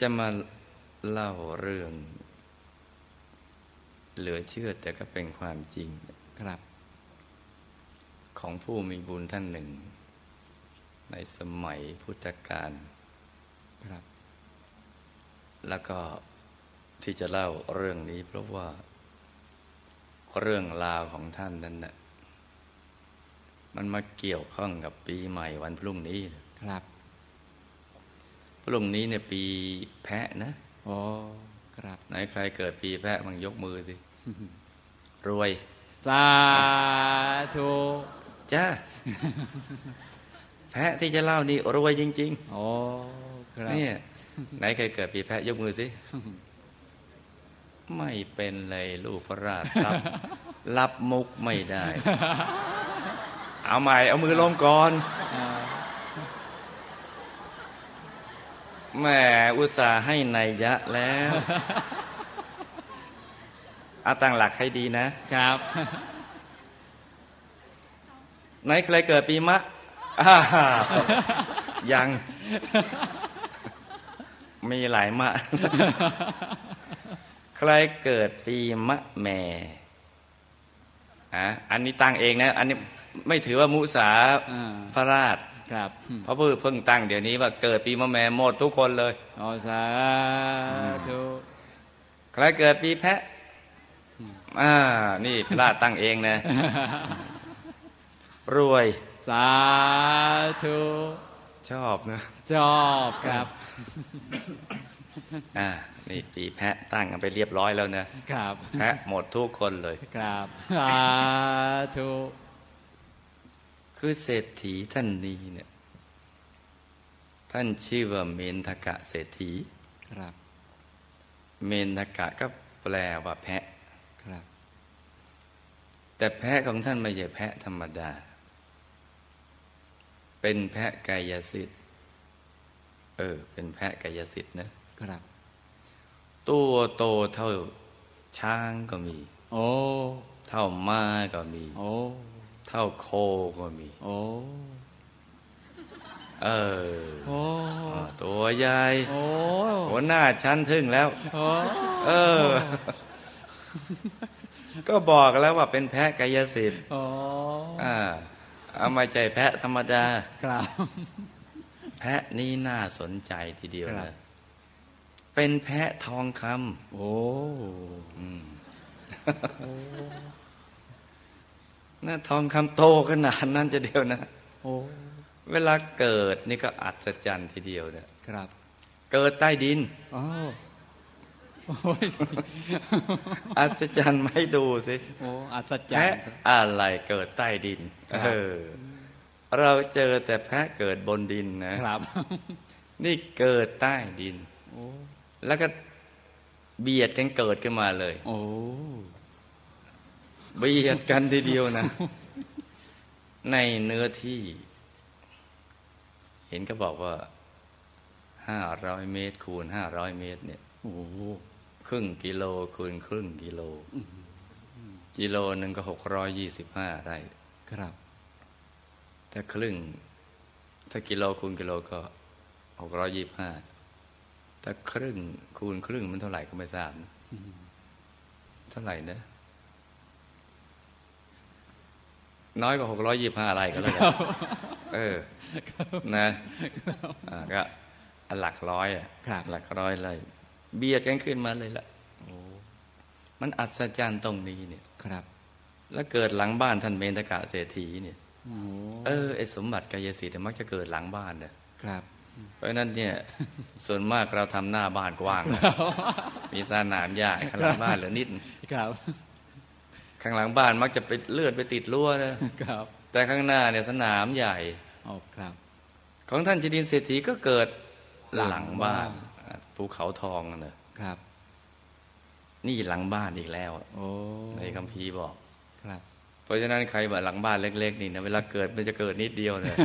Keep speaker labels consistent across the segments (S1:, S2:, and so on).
S1: จะมาเล่าเรื่อง เหลือเชื่อแต่ก็เป็นความจริง
S2: ครับ
S1: ของผู้มีบุญท่านหนึ่ง ในสมัยพุทธกาล
S2: ครับ
S1: แล้วก็ที่จะเล่าเรื่องนี้ เพราะว่า เรื่องราวของท่านนั้นน่ะมันมาเกี่ยวข้องกับปีใหม่วันพรุ่งนี้เลย
S2: ครับ
S1: พรุ่งนี้เนี่ยปีแพะนะ
S2: โอ้ครับ
S1: ไหนใครเกิดปีแพะมังยกมือสิ รวย
S2: สาธุ
S1: จ้า แพะที่จะเล่านี่รวยจริง
S2: โอ้ครับ
S1: ๆ เนี่ย ไหนใครเกิดปีแพะยกมือสิ ไม่เป็นเลยลูกพระราชรับ รับมุกไม่ได้ เอาใหม่ เอามือลงก่อน แหมอุตส่าห์ให้ในยยะแล้ว เอาตั้งหลักให้ดีนะ
S2: ครับ
S1: ไหนใครเกิดปีมะ อ้าวยัง มีหลายมะ ใครเกิดปีมะแม่อะอันนี้ตั้งเองนะ อันนี้ไม่ถือว่ามุสา
S2: อ่า
S1: พระราช
S2: ครับ
S1: เพราะเพิ่งเพิ่งตั้งเดี๋ยวนี้ว่าเกิดปีมะแม่หมดทุกคนเลย
S2: โอ้สาธุ
S1: ใครเกิดปีแพะ อ่า นี่พระราชตั้งเองนะ รวย
S2: สาธุ
S1: ชอบนะ
S2: ชอบครับ
S1: อ่า นี่ปีแพะตั้งกันไปเรียบร้อยแล้วนะ
S2: ครับ
S1: แพะหมดทุกคนเลย
S2: ครับสาธุ
S1: คือเศรษฐีท่านนี้เนี่ย ท่านชื่อว่าเมนทกะเศรษฐี
S2: ครับ
S1: เมนทกะก็แปลว่าแพะ
S2: ครับ
S1: แต่แพะของท่านไม่ใช่แพะธรรมดา เป็นแพะกายสิทธิ์ เออ เป็นแพะกายสิทธิ์นะ
S2: ครับ
S1: ตัวโตเท่าช้างก็มี
S2: โอ้
S1: เท่าม้าก็มี
S2: โอ้
S1: เท่าโคก็มี
S2: โอ้
S1: เออ
S2: โอ้
S1: อ่าตัวใหญ่
S2: โอ้
S1: หัวหน้าชั้นทึ่งแล้ว
S2: โอ้
S1: เออ ก็บอกแล้วว่าเป็นแพะกายสิทธิ์
S2: อ๋อ
S1: อ่า เอามาใจแพะธรรมดา
S2: ครับ
S1: แพะนี่น่าสนใจทีเดียว
S2: ครั
S1: นะ
S2: บ
S1: เป็นแพะทองค
S2: โอ้
S1: ำน่าทองคำโตขนาดนั้นจะเดียวนะ
S2: โอ้
S1: เวลาเกิดนี่ก็อัศจรรย์ทีเดียวเนี่ย
S2: ครับ
S1: เกิดใต้ดิน
S2: อ้าวโอ้ย
S1: อัศจรรย์ไม่ดูสิ
S2: โอ้อัศจร
S1: แพะ
S2: รย์ครับ
S1: อะไรเกิดใต้ดิน
S2: ครับ
S1: เออ เราเจอแต่แพะเกิดบนดินนะ
S2: ครับ
S1: นี่เกิดใต้ดิน
S2: โอ้
S1: แล้วก็เบียดกันเกิดขึ้นมาเลย
S2: โอ้
S1: เบียดกันทีเดียวนะ ในเนื้อที่ เห็นก็บอกว่าห้าร้อยเมตร คูณห้าร้อยเมตร เนี่ย
S2: โอ้
S1: ครึ่งกิโลคูณครึ่งกิโล กิโลหนึ่งก็หกร้อยยี่สิบห้าไร่
S2: ครับ
S1: ถ้าครึ่ง ถ้ากิโลคูณกิโลก็หกร้อยยี่ห้าถ้าครึ่งคูณครึ่งมันเท่าไหร่ก็ไม่ทราบนะเท่าไหร่นะน้อยกว่าหกร้อยยี่ห้าอะไรก็แล้วกันเออ นะอ่าก็อันหลักร้อยอะ
S2: ครับ
S1: หลักร้อยเลยเบียดกันขึ้นมาเลยละ
S2: โอ้
S1: มันอัศจรรย์ตรงนี้เนี่ย
S2: ครับ
S1: แล้วเกิดหลังบ้านท่านเมนตกะเศรษฐีเนี่ย
S2: โอ้
S1: เออไอสมบัติกายสิทธิ์เนี่ยมักจะเกิดหลังบ้านเนี่ย
S2: ครับ
S1: เพราะฉะนั้นเนี่ย ส่วนมากเราทำหน้าบ้านกว้างนะมีสนามหญ้าข้างหลังบ้านเหลือนิด
S2: ครับ
S1: ข้างหลังบ้านมักจะไปเลือดไปติดรั้วนะครับ แต่ข้างหน้าเนี่ยสนามใหญ่
S2: โอ้ครับ
S1: ของท่านจิดินเศรษฐีก็เกิด
S2: หลัง
S1: หลังบ้าน
S2: บ้
S1: ภูเขาทองน่ะเนอะ
S2: ครับ
S1: นี่หลังบ้านอีกแล้วอะ
S2: โอ้
S1: ในคัมภีร์บอก
S2: ครับ
S1: เพราะฉะนั้นใครบอกหลังบ้านเล็ก ๆ นี่นะเวลาเกิดมันจะเกิดนิดเดียวเลย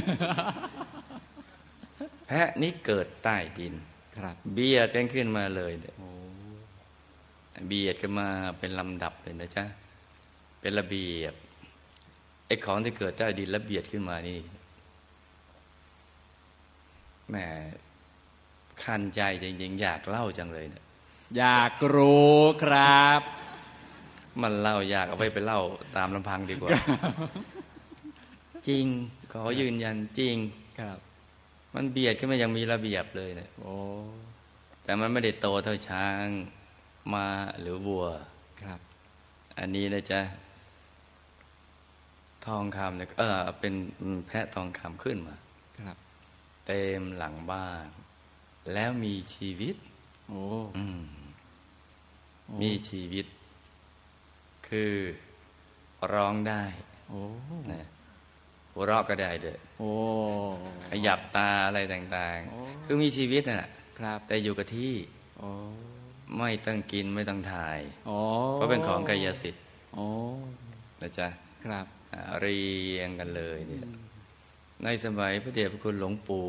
S1: แพะนี่เกิดใต้ดิน
S2: ครับ
S1: เบียดกันขึ้นมาเลยเนี่ย
S2: โอ้
S1: เบียดกันมาเป็นลำดับเลยนะจ๊ะ เป็นระเบียบไอ้ของที่เกิดใต้ดินระเบียดขึ้นมานี่แหม คัญใจจริงๆ อยากเล่าจังเลยเนี่ย
S2: อยากรู้ครับ
S1: มันเล่ายากเอาไว้ไปเล่าตามลำพังดีกว่า จริงขอยืนยันจริง
S2: ครับ
S1: มันเบียดขึ้นมายังมีระเบียบเลยเนี่ย
S2: โอ้
S1: แต่มันไม่ได้โตเท่าช้างมาหรือวัว
S2: ครับ
S1: อันนี้นะจ๊ะ ทองคำเนี่ยเออเป็นแพะทองคำขึ้นมา
S2: ครับ
S1: เต็มหลังบ้าน แล้วมีชีวิต
S2: โอ้
S1: อืม
S2: โอ้
S1: มีชีวิต คือร้องได้
S2: โอ้
S1: นะหัวเราะก็ได้เลย
S2: โอ้
S1: ขยับตาอะไรต่าง
S2: โอ้
S1: ๆ คือมีชีวิตน่ะ
S2: ครับ
S1: แต่อยู่กับที่
S2: โอ้
S1: ไม่ต้องกินไม่ต้องถ่าย
S2: โอ้
S1: เพราะเป็นของกายสิทธิ์
S2: โอ้
S1: นะจ๊ะ
S2: ครับ
S1: อ่าเรียงกันเลยเนี่ย ในสมัยพระเดชพระคุณหลวงปู่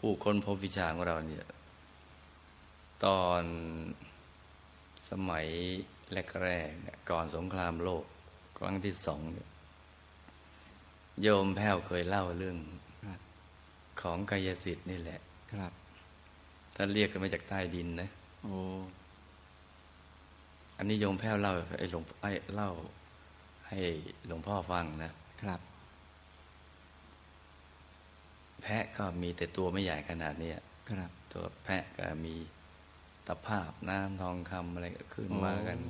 S1: ผู้คนพบวิชาของเราเนี่ย ตอนสมัยแรกๆเนี่ยก่อนสงครามโลก ครั้งที่สองเนี่ยโยมแพ้วเคยเล่าเรื่อง
S2: ครับ
S1: ของกายสิทธิ์นี่แหละ
S2: ครับ
S1: ถ้าเรียกกันมาจากใต้ดินนะ
S2: โอ้
S1: อันนี้โยมแพ้วเล่าไอ้หลวงไอ้เล่า ให้หลวงพ่อฟังนะครับ แพะก็มีแต่ตัวไม่ใหญ่ขนาดเนี้ย
S2: ครับ
S1: ตัวแพะก็มีตะภาพน้ำทองคำอะไรก็ขึ้นมากัน
S2: โ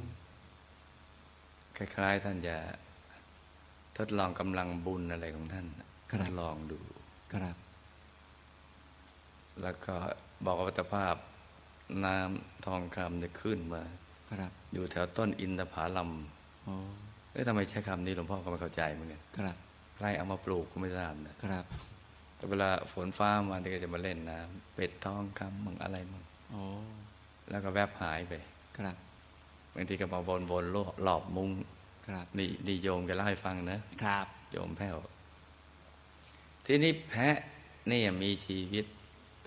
S2: อ้
S1: คล้าย ๆ ท่านจะทดลองกำลังบุญอะไรของท่านน่ะ
S2: ครับ
S1: ทดลองดู
S2: ครับ
S1: แล้วก็บอกว่าตะภาพน้ำทองคำเนี่ยขึ้นมา
S2: ครับ
S1: อยู่แถวต้นอินทผลัม
S2: โอ้
S1: เอ้ยทำไมใช้คำนี้หลวงพ่อก็ไม่เข้าใจเหมือนกัน
S2: ครับ
S1: ใครเอามาปลูกก็ไม่ทราบนะ
S2: ครับ
S1: แต่เวลาฝนฟ้ามาเนี่ยก็จะมาเล่นน้ำเป็ดทองคำมั่งอะไรมั่ง
S2: โอ้
S1: แล้วก็แวบหายไป
S2: ครับ
S1: บางทีก็มาวนวนๆรอบรอบมุ้ง
S2: ครับ
S1: นี่นี่โยมแกเล่าให้ฟังนะครับ โยมแพ้วทีนี้แพะเนี่ยมีชีวิต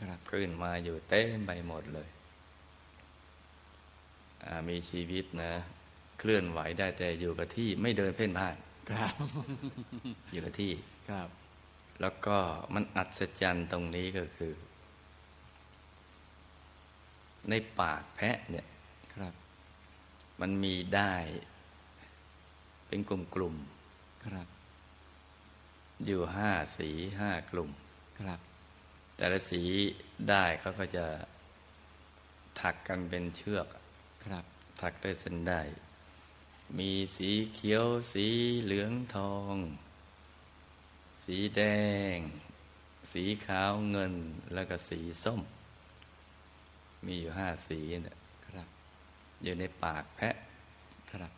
S2: ครับ
S1: ขึ้นมาอยู่เต็มไปหมดเลยอ่ามีชีวิตนะ เคลื่อนไหวได้แต่อยู่กับที่ไม่เดินเพ่นพ่าน
S2: ครับ
S1: อยู่กับที่
S2: ครับ
S1: แล้วก็มันอัศจรรย์ตรงนี้ก็คือ ในปากแพะเนี่ย
S2: ครับ
S1: มันมีได้ เป็นกลุ่มๆ
S2: ครับ
S1: อยู่ห้าสีห้ากลุ่ม
S2: ครับ
S1: แต่ละสีได้เขาก็จะถักกันเป็นเชือก
S2: ครับ
S1: ถักด้วยเส้นได้ มีสีเขียว สีเหลืองทอง สีแดง สีขาวเงิน แล้วก็สีส้ม มีอยู่ห้าสีน่ะ
S2: ครับ
S1: อยู่ในปากแพะ
S2: ครับ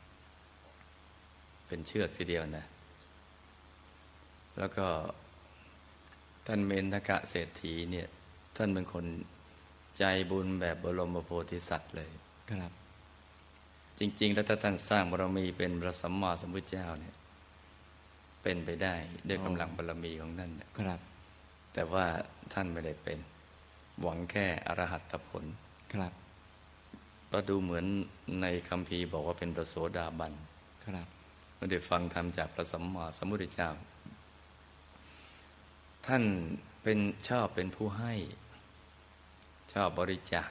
S1: เป็นเชือกทีเดียวนะ แล้วก็ท่านเมนทกะเศรษฐีเนี่ย ท่านเป็นคนใจบุญแบบบรมโพธิสัตว์เลย
S2: ครับ
S1: จริง ๆ แล้วถ้าท่านสร้างบารมีเป็นพระสัมมาสัมพุทธเจ้าเนี่ย เป็นไปได้ด้วย
S2: อ๋อ
S1: กำลังบารมีของท่านเนี่ย
S2: ครับ
S1: แต่ว่าท่านไม่ได้เป็น หวังแค่อรหัตผล
S2: ครับ
S1: เพราะดูเหมือนในคัมภีร์บอกว่าเป็นพระโสดาบัน
S2: ครับ
S1: เมื่อได้ฟังธรรมจากพระสัมมาสัมพุทธเจ้า ท่านเป็นชอบเป็นผู้ให้ ชอบบริจาค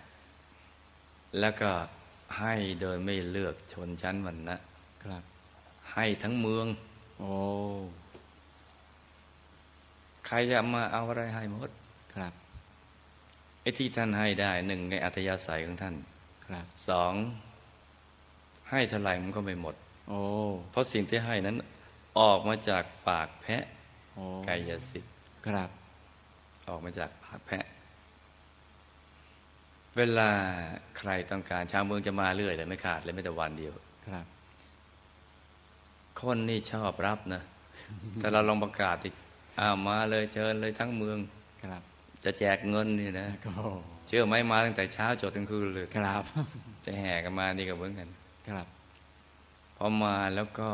S1: แล้วก็ให้โดยไม่เลือกชนชั้นวรรณะ
S2: ครับ
S1: ให้ทั้งเมือง
S2: โอ้
S1: ใครจะมาเอาอะไรให้หมด
S2: ครับ
S1: ไอ้ที่ท่านให้ได้หนึ่งในอัธยาศัยของท่าน
S2: ครับ
S1: สองให้เท่าไหร่มันก็ไม่หมด
S2: โอ้
S1: เพราะสิ่งที่ให้นั้นออกมาจากปากแพะ
S2: โอ้
S1: กายสิทธิ์
S2: ครับ
S1: ออกมาจากปากแพะ เวลาใครต้องการชาวเมืองจะมาเรื่อยเลยไม่ขาดเลยไม่แต่วันเดียว
S2: ครับ
S1: คนนี่ชอบรับนะ แต่เราลองประกาศอีกอ้าวมาเลยเชิญเลยทั้งเมือง
S2: ครับ
S1: จะแจกเงินนี่นะ
S2: โอ้
S1: เชื่อไหมมาตั้งแต่เช้าจนถึงคืนเลย
S2: ครับ
S1: จะแห่กันมานี่ก็เหมือนกัน
S2: ครับ
S1: พอมาแล้วก็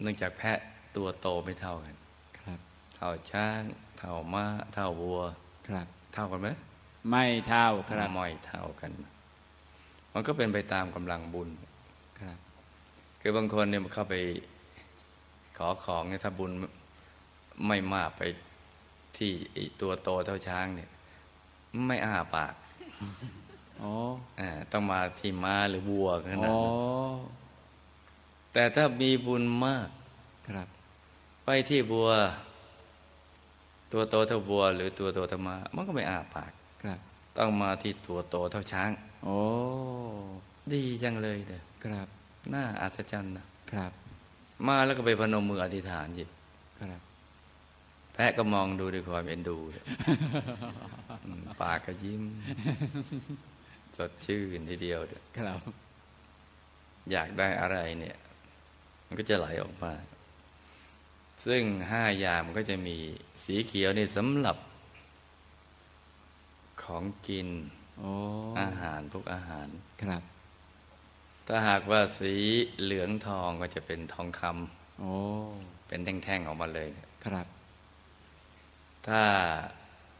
S1: เนื่องจากแพะตัวโตไม่เท่ากัน
S2: ครับ
S1: เท่าช้าง เท่าม้า เท่าวัว
S2: ครับ
S1: เท่ากันไหม
S2: ไม่เท่าครับ
S1: ไม่เท่ากัน มันก็เป็นไปตามกำลังบุญ
S2: ครับ
S1: คือบางคนเนี่ยเข้าไปขอของเนี่ยถ้าบุญไม่มากไปที่ไอ้ตัวโตเท่าช้างเนี่ย ไม่อ้าปาก
S2: โ อ๋อ
S1: อ่าต้องมาที่ม้าหรือวัวขนาด
S2: อ๋
S1: นั้
S2: อ
S1: นแต่ถ้ามีบุญมาก
S2: ครับ
S1: ไปที่บัว ตัวโตเท่าบัว หรือตัวโตเท่ามามันก็ไม่อาปาก
S2: ครับ
S1: ต้องมาที่ตัวโตเท่าช้าง
S2: โอ้
S1: ดีจังเลยเนี่ย
S2: ครับ
S1: น่าอัศจรรย์นะครับ มาแล้วก็ไปพนมมืออธิษฐานจิ
S2: ครับ
S1: แพะก็มองดูด้วย ความเอ็นดูอืมปากก็ยิ้ม สดชื่นทีเดียวเด้อ
S2: ครับ
S1: อยากได้อะไรเนี่ย มันก็จะไหลออกมา ซึ่งห้ายามก็จะมีสีเขียวนี่สำหรับ ของกิน
S2: โอ้
S1: อาหารพวกอาหาร
S2: ครับ
S1: ถ้าหากว่าสีเหลืองทองก็จะเป็นทองคำ
S2: โอ้
S1: เป็นแท่งๆออกมาเลยเนี่ย
S2: ครับ
S1: ถ้า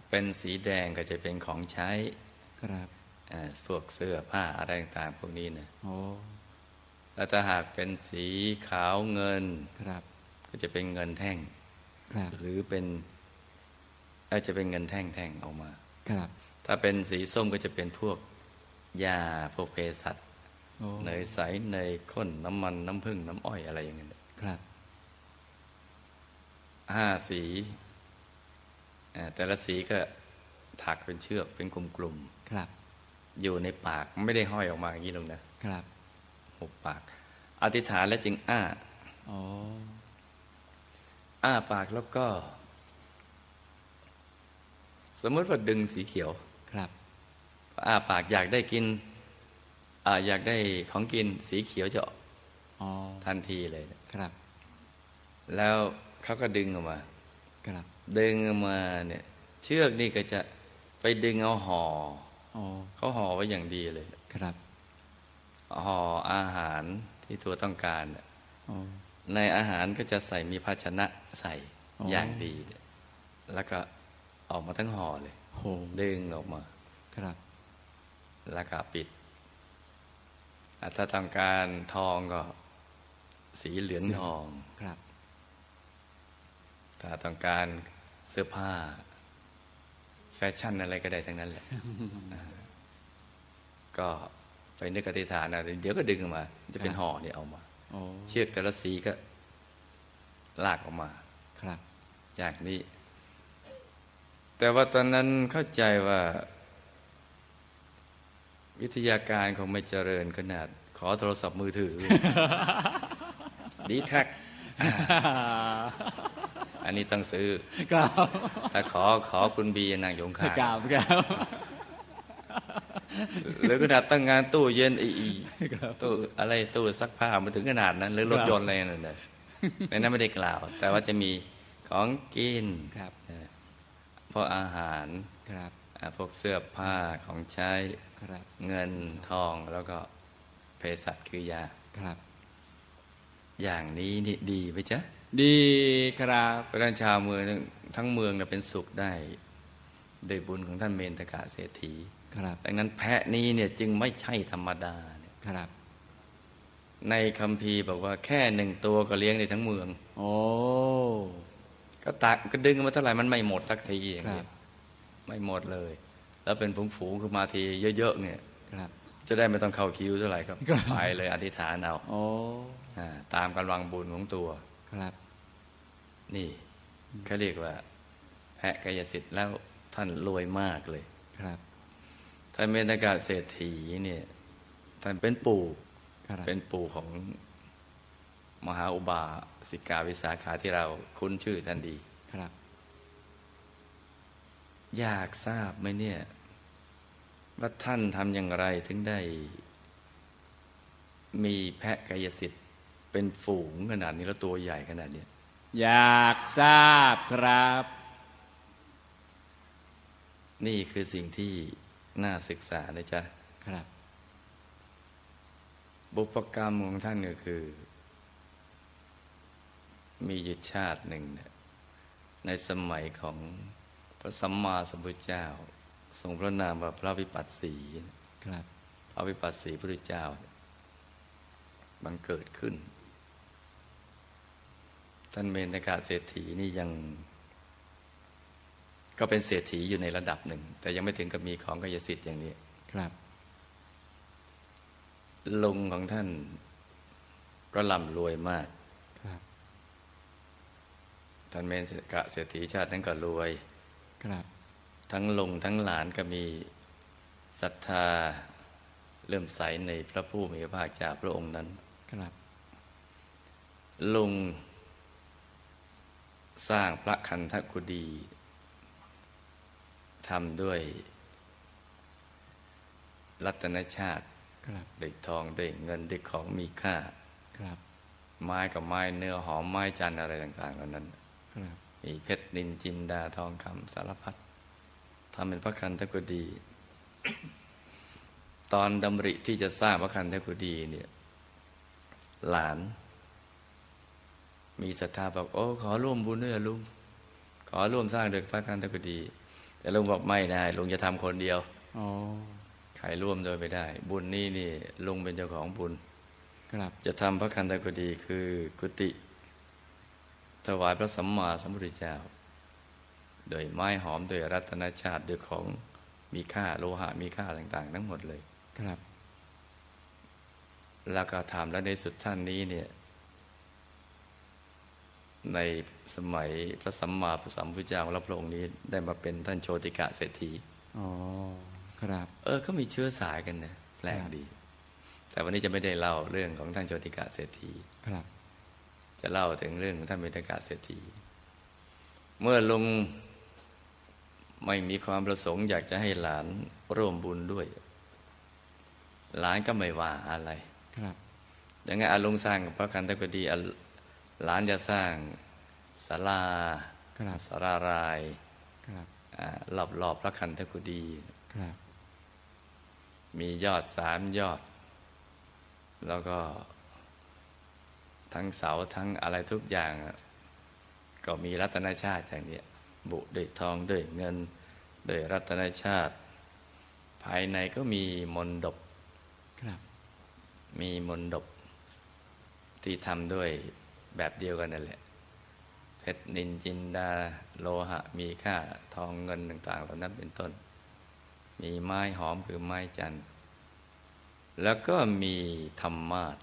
S1: เป็นสีแดงก็จะเป็นของใช้
S2: ครับ
S1: เอ่อพวกเสื้อผ้าอะไรต่างๆพวกนี้นะ
S2: โอ้
S1: แล้วถ้าหากเป็นสีขาวเงิน
S2: ครับ
S1: ก็จะเป็นเงินแท่ง
S2: ครับ
S1: หรือเป็นเอ้ยจะเป็นเงินแท่งๆออกมา
S2: ครับ
S1: ถ้าเป็นสีส้มก็จะเป็นพวกยาพวกเภสัช
S2: โอ้
S1: เนยใสเนยข้นน้ำมันน้ำผึ้งน้ำอ้อยอะไรอย่างเงี้ย
S2: ครับ
S1: ห้าสีเอ่อแต่ละสีก็ถักเป็นเชือกเป็นกลุ่มๆ
S2: ครับ
S1: อยู่ในปากไม่ได้ห้อยออกมาอย่างนี้ลงนะครับ หุบปาก อธิษฐานแล้วจึงอ้า
S2: โอ้
S1: อ้าปากแล้วก็ สมมติว่าดึงสีเขียว
S2: ครับ
S1: อ้าปากอยากได้กินอาอยากได้ของกินสีเขียวจะ
S2: โอ้
S1: ทันทีเลย
S2: ครับ
S1: แล้วเขาก็ดึงออกมา
S2: ครับ
S1: ดึงออกมาเนี่ย เชือกนี่ก็จะไปดึงเอาห่อ
S2: โอ้
S1: เขาห่อไว้อย่างดีเลย
S2: ครับ
S1: ห่ออาหารที่ตัวต้องการน่ะ
S2: โอ้
S1: ในอาหารก็จะใส่มีภาชนะใส่
S2: อ๋อ
S1: อ
S2: อ
S1: ย่างดีเนี่ยแล้วก็ออกมาทั้งห่อเลย
S2: โห
S1: ดึงออกมา
S2: ครับ
S1: แล้วก็ปิดอ่ะถ้าต้องการทองก็ สีเหลืองทอง
S2: ครับ
S1: ถ้าต้องการเสื้อผ้า แฟชั่นอะไรก็ได้ทั้งนั้นแหละ อ่าก็ไปนึกอธิษฐานนะเดี๋ยวก็ดึงออกมา จะเป็นห่อเนี่ยเอามา
S2: โอ้
S1: เชือกแต่ละสีก็ลากออกมา
S2: ครับ
S1: อย่างนี้ แต่ว่าตอนนั้นเข้าใจว่า วิทยาการคงไม่เจริญขนาด ขอโทรศัพท์มือ ถือ ดีแท็ก อันนี้ต้องซื้อ
S2: กราบ
S1: แต่ขอขอคุณบีนางหยงขาก
S2: ราบกราบ
S1: หรือขนาดตั้งงานตู้เย็นอีอีตู้อะไรตู้ซักผ้ามาถึงขนาดนั้น หรือรถยนต์อะไรนั่นเลยในนั้นไม่ได้กล่าว แต่ว่าจะมีของกิน
S2: ครับ
S1: เออพวกอาหาร
S2: ครับ
S1: อ่าพวกเสื้อผ้าของใช้
S2: ครับ
S1: เงินทองแล้วก็เภสัชคือยา
S2: ครับ
S1: อย่างนี้นี่ดีไหมจ๊ะ
S2: ดีครับ
S1: เพราะฉะนั้นชาวเมืองทั้งทั้งเมืองน่ะเป็นสุขได้โดวยบุญของท่านเมนตกะเศรษฐี
S2: ครับ
S1: ดังนั้นแพะนี้เนี่ยจึงไม่ใช่ธรรมดาเนี่ย
S2: ครับ
S1: ในคัมภีร์บอกว่าแค่หนึ่งตัวก็เลี้ยงในทั้งเมือง
S2: โอ้
S1: ก็ตักก็ดึงมาเท่าไหร่มันไม่หมดสักทีอย่าง
S2: ครั
S1: นี้
S2: บ
S1: ไม่หมดเลย แล้วเป็นฝูงๆคือมาทีเยอะๆเนี่ย
S2: ครับ
S1: จะได้ไม่ต้องเข้าคิวเท่าไหร่ครับไปเลยอธิษฐานเอา
S2: โอ้
S1: อ่าตามกำลังบุญของตัว
S2: ครับ
S1: นี่เขาเรียกว่า แพะกายสิทธิ์แล้วท่านรวยมากเลย
S2: ครับ
S1: ท่านเมตากาเศรษฐีเนี่ยท่านเป็นปู่
S2: ครับ
S1: เป็นปู่ของมหาอุบาสิกาวิสาขาที่เราคุ้นชื่อท่านดี
S2: ครับ
S1: อยากทราบไหมเนี่ย ว่าท่านทำอย่างไรถึงได้ มีแพะกายสิทธิ์เป็นฝูงขนาดนี้แล้วตัวใหญ่ขนาดเนี้ย
S2: อยากทราบครับ
S1: นี่คือสิ่งที่น่าศึกษานะจ๊ะ
S2: ครับ
S1: บุพกรรมของท่านก็คือ มีอยู่ชาติหนึ่งเนี่ยในสมัยของพระสัมมาสัมพุทธเจ้า ทรงพระนามว่าพระวิปัสสี
S2: ครับ
S1: พระวิปัสสีพุทธเจ้าบังเกิดขึ้น ท่านเมนกาเศรษฐีนี่ยัง ก็เป็นเศรษฐีอยู่ในระดับหนึ่ง แต่ยังไม่ถึงกับมีของกายสิทธิ์อย่างนี้
S2: ครับ
S1: ลุงของท่าน ก็ร่ำรวยมาก
S2: ครับ
S1: ท่านเมนเศรษฐกะเศรษฐีชาตินั้นก็รวย
S2: ครับ
S1: ทั้งลุงทั้งหลานก็มีศรัทธาเริ่อมใสในพระผู้มีพระภาคเจ้าพระองค์นั้น
S2: ครับ
S1: ลุงสร้างพระคันธกุดีทำด้วยรัตนชาติ
S2: ครับ
S1: ด้วยทองด้วยเงินด้วยของมีค่า
S2: ครับ
S1: ไม้กับไม้เนื้อหอมไม้จันทร์อะไรต่างๆเหล่านั้น
S2: ครับ
S1: มีเพชรนินจินดาทองคำสารพัดทำเป็นพระคันธกุดี ตอนดำริที่จะสร้างพระคันธกุดีเนี่ย หลาน มีศรัทธาบอกโอ้ขอร่วมบุญด้วยอะลุงขอร่วมสร้างเด็กพระคันธกุดี แต่ลุงบอกไม่ได้ลุงจะทำคนเดียว
S2: อ๋อ
S1: ใครร่วมโดวยไม่ได้ บุญนี่นี่ลุงเป็นเจ้าของบุญ
S2: ครับ
S1: จะทำพระคันธกุฎีคือกุฏิถวายพระสัมมาสัมพุทธเจ้า โดยไม้หอมโดยรัตนชาติโดยของมีค่าโลหะมีค่าต่างๆ ทั้งหมดเลย
S2: ครับ
S1: แล้วก็ทำและในสุดท่านนี้เนี่ย ในสมัยพระสัมมาสัมพุทธเจ้าของเราพระองค์นี้ได้มาเป็นท่านโชติกะเศรษฐี
S2: อ๋อครับ
S1: เออเขามีเชื้อสายกันนะแปลกดี แต่วันนี้จะไม่ได้เล่าเรื่องของท่านโชติกะเศรษฐี
S2: ครับ
S1: จะเล่าถึงเรื่องของท่านเมตกาเศรษฐี เมื่อลุงไม่มีความประสงค์อยากจะให้หลานร่วมบุญด้วย หลานก็ไม่ว่าอะไร
S2: ครับ
S1: ยังไงอาลุงสร้างพระคันธกดีอาหลานจะสร้างศาลา
S2: ครับ
S1: สาราราย
S2: ครับ
S1: รอบรอบๆพระคันธกดี
S2: ครับ
S1: มียอดสามยอด แล้วก็ทั้งเสาทั้งอะไรทุกอย่างอะก็มีรัตนชาติอย่างเนี้ยบุด้วยทองด้วยเงินด้วยรัตนชาติ ภายในก็มีมนดบ
S2: ครับ
S1: มีมนดบที่ทำด้วยแบบเดียวกันนั่นแหละ เพชรนินจินดาโลหะมีค่าทองเงินต่างๆเหล่านั้นเป็นต้น มีไม้หอมคือไม้จันทร์แล้วก็มีธรรมาสน์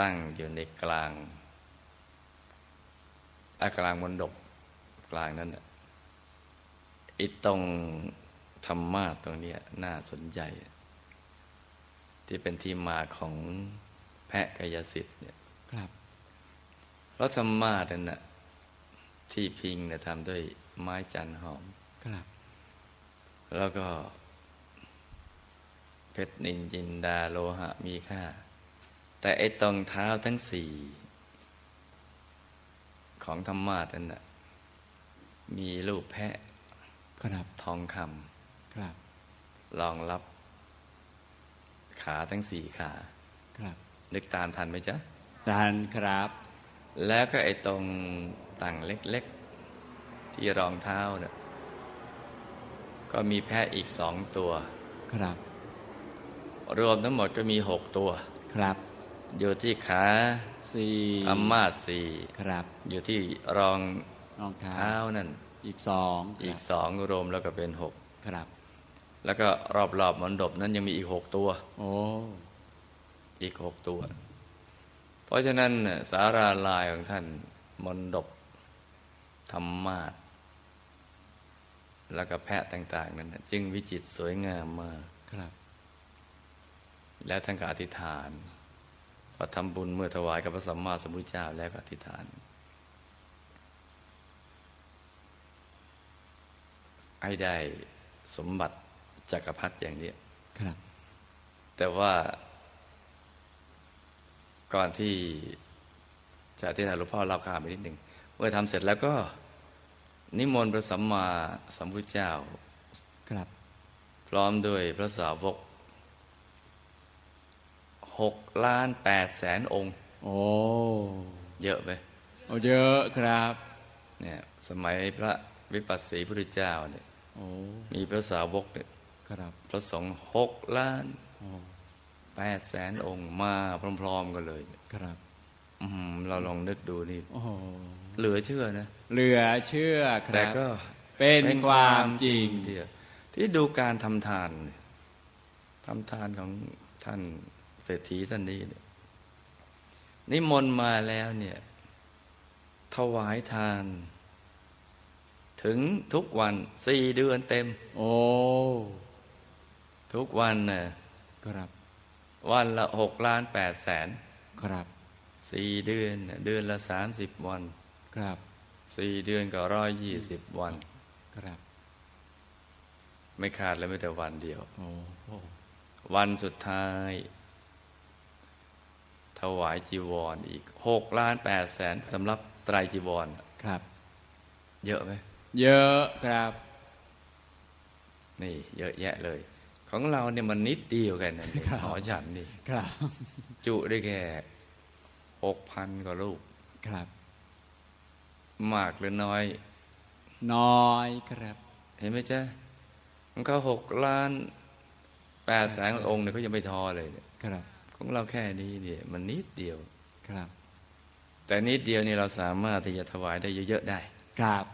S1: ตั้งอยู่ในกลางอากลางมนดบกลางนั้นน่ะไอีตรงธรรมาสน์ตรงเนี้ยน่าสนใจ ที่เป็นที่มาของแพะกายสิทธิ์เนี่ย
S2: ครับ
S1: เพราะธรรมาสนั่นน่ะที่พิงเนี่ยทำด้วยไม้จันทร์หอม
S2: ครับ
S1: แล้วก็เพชรนินจินดาโลหะมีค่า แต่ไอ้ตรงเท้าทั้งสี่ ของธรรมาสนั่นน่ะมีรูปแพะ
S2: ครับ
S1: ทองค
S2: ครับ
S1: ำรองรับ ขาทั้งสี่ขา
S2: ครับ
S1: นึกตามทันไหมจ๊ะ
S2: ทานครับ
S1: แล้วก็ไอ้ตรงต่างเล็กๆ ที่รองเท้าเนี่ยก็มีแพะอีกสองตัว
S2: ครับ
S1: รวมทั้งหมดก็มีหกตัว
S2: ครับ
S1: อยู่ที่ขา
S2: สี่
S1: ธรรมาสสี่
S2: ครับ
S1: อยู่ที่รอง
S2: รองเท้า
S1: เท้านั่น
S2: อีกสอง
S1: อีก
S2: ครับ
S1: สองรวมแล้วก็เป็นหก
S2: ครับ
S1: แล้วก็รอบๆอบมันดบนั้นยังมีอีกหกตัว
S2: โอ้
S1: อีกหกตัว เพราะฉะนั้นน่ะสาราลายของท่านมนดบธรรมาสแล้วก็แพะต่าง ๆ นั้นน่ะจึงวิจิตรสวยงามมาก
S2: ครับ
S1: แล้วท่านก็อธิษฐานพอทำบุญเมื่อถวายกับพระสัมมาสัมพุทธเจ้าแล้วก็อธิษฐาน ให้ได้สมบัติจักรพรรดิอย่างเนี้ย
S2: ครับ
S1: แต่ว่าก่อนที่จะที่ถานหลวงพ่อเล่าข่าวไปนิดหนึ่งเมื่อทำเสร็จแล้วก็ นิมนต์พระสัมมาสัมพุทธเจ้า
S2: ครับ
S1: พร้อมด้วยพระสาวกหกล้านแปดแสนองค์
S2: โอ้
S1: เยอะไป
S2: โอ้เยอะครับ
S1: เนี่ยสมัยพระวิปัสสีพุทธเจ้าเนี่ย
S2: โอ้
S1: มีพระสาวกเนี่ย
S2: ครับ
S1: พระสงฆ์หกล้าน
S2: โอ้
S1: แปดแสนองค์มาพร้อมๆกันเลย
S2: ครับ
S1: อืมเราลองนึกดูนี่
S2: โอ้
S1: เหลือเชื่อนะ
S2: เหลือเชื่อค
S1: แต่
S2: รับ
S1: ก็
S2: เป็นความจริง
S1: เดียวที่ดูการทำทาน ทำทานของท่านเศรษฐีท่านนี้เนี่ยนิมนต์มาแล้วเนี่ย ถวายทาน ถึงทุกวันสี่เดือนเต็ม
S2: โอ้
S1: ทุกวันน่ะ
S2: ครับ
S1: วันละหกล้านแปดแสน
S2: ครับ
S1: สี่เดือนน่ะเดือนละสามสิบวัน
S2: ครับ
S1: สี่เดือนก็ร้อยยี่สิบวัน
S2: ครับ
S1: ไม่ขาดเลยไม่แต่วันเดียว
S2: โอ้โอ้
S1: วันสุดท้าย ถวายจีวรออีกหกล้านแปดแสนสำหรับไตรจีวร
S2: ครับ
S1: เยอะไหม
S2: เยอะครับ
S1: นี่ เยอะแยะเลย ของเราเนี่ยมันนิดเดียวกันนะนี่หอฉันนี่
S2: ครับ
S1: จุได้แค่หกพันกว่าลูก
S2: ครับ
S1: มากหรือน้อย
S2: น้อยครับ
S1: เห็นไหมจ๊ะมันก็หกล้านแปดแสนองค์เนี่ยเขายังไม่ทอเลยเนี่ย
S2: ครับ
S1: ของเราแค่นี้เนี่ย มันนิดเดียว
S2: ครับ
S1: แต่นิดเดียวนี่เราสามารถที่จะถวายได้เยอะๆได้
S2: ครับ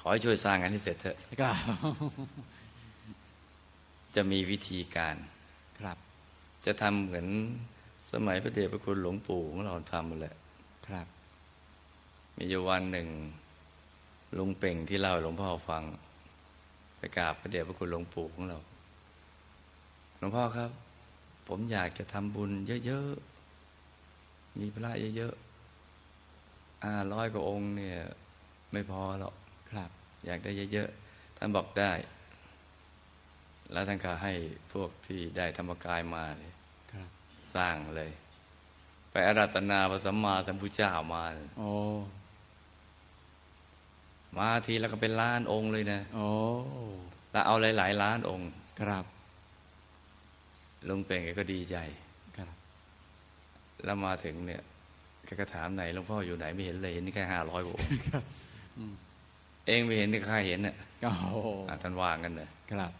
S1: ขอให้ช่วยสร้างอันที่เสร็จเถอะ
S2: ครับ
S1: จะมีวิธีการ
S2: ครับ
S1: จะทำเหมือนสมัยพระเดชพระคุณหลวงปู่ของเราทำมาแหละ
S2: ครับ
S1: มีอยู่วันหนึ่งลุงเป่งที่เล่าให้หลวงพ่อฟัง ไปกราบพระเดชพระคุณหลวงปู่ของเรา หลวงพ่อครับ ผมอยากจะทำบุญเยอะๆ มีพระเยอะๆอาร้อยกว่าองค์เนี่ย ไม่พอหรอก
S2: ครับ
S1: อยากได้เยอะๆ ท่านบอกได้ แล้วท่านก็ให้พวกที่ได้ธรรมกายมาเลย
S2: ครับ
S1: สร้างเลย ไปอาราธนาพระสัมมาสัมพุทธเจ้ามาเลย
S2: โอ้
S1: มาทีแล้วก็เป็นล้านองค์เลยนะ
S2: โอ้
S1: แล้วเอาหลายๆล้านองค์
S2: ครับ
S1: ลุงเป่งแกก็ดีใจ
S2: ครับ
S1: แล้วมาถึงเนี่ยแกก็ถามไหนหลวงพ่ออยู่ไหนไม่เห็นเลยเห็นแค่ห้าร้อยกว่าองค์เองไม่เห็นที่ข้าเห็นน่ะ
S2: โอ้
S1: อ่ะท่านว่างกันเลย
S2: ครับ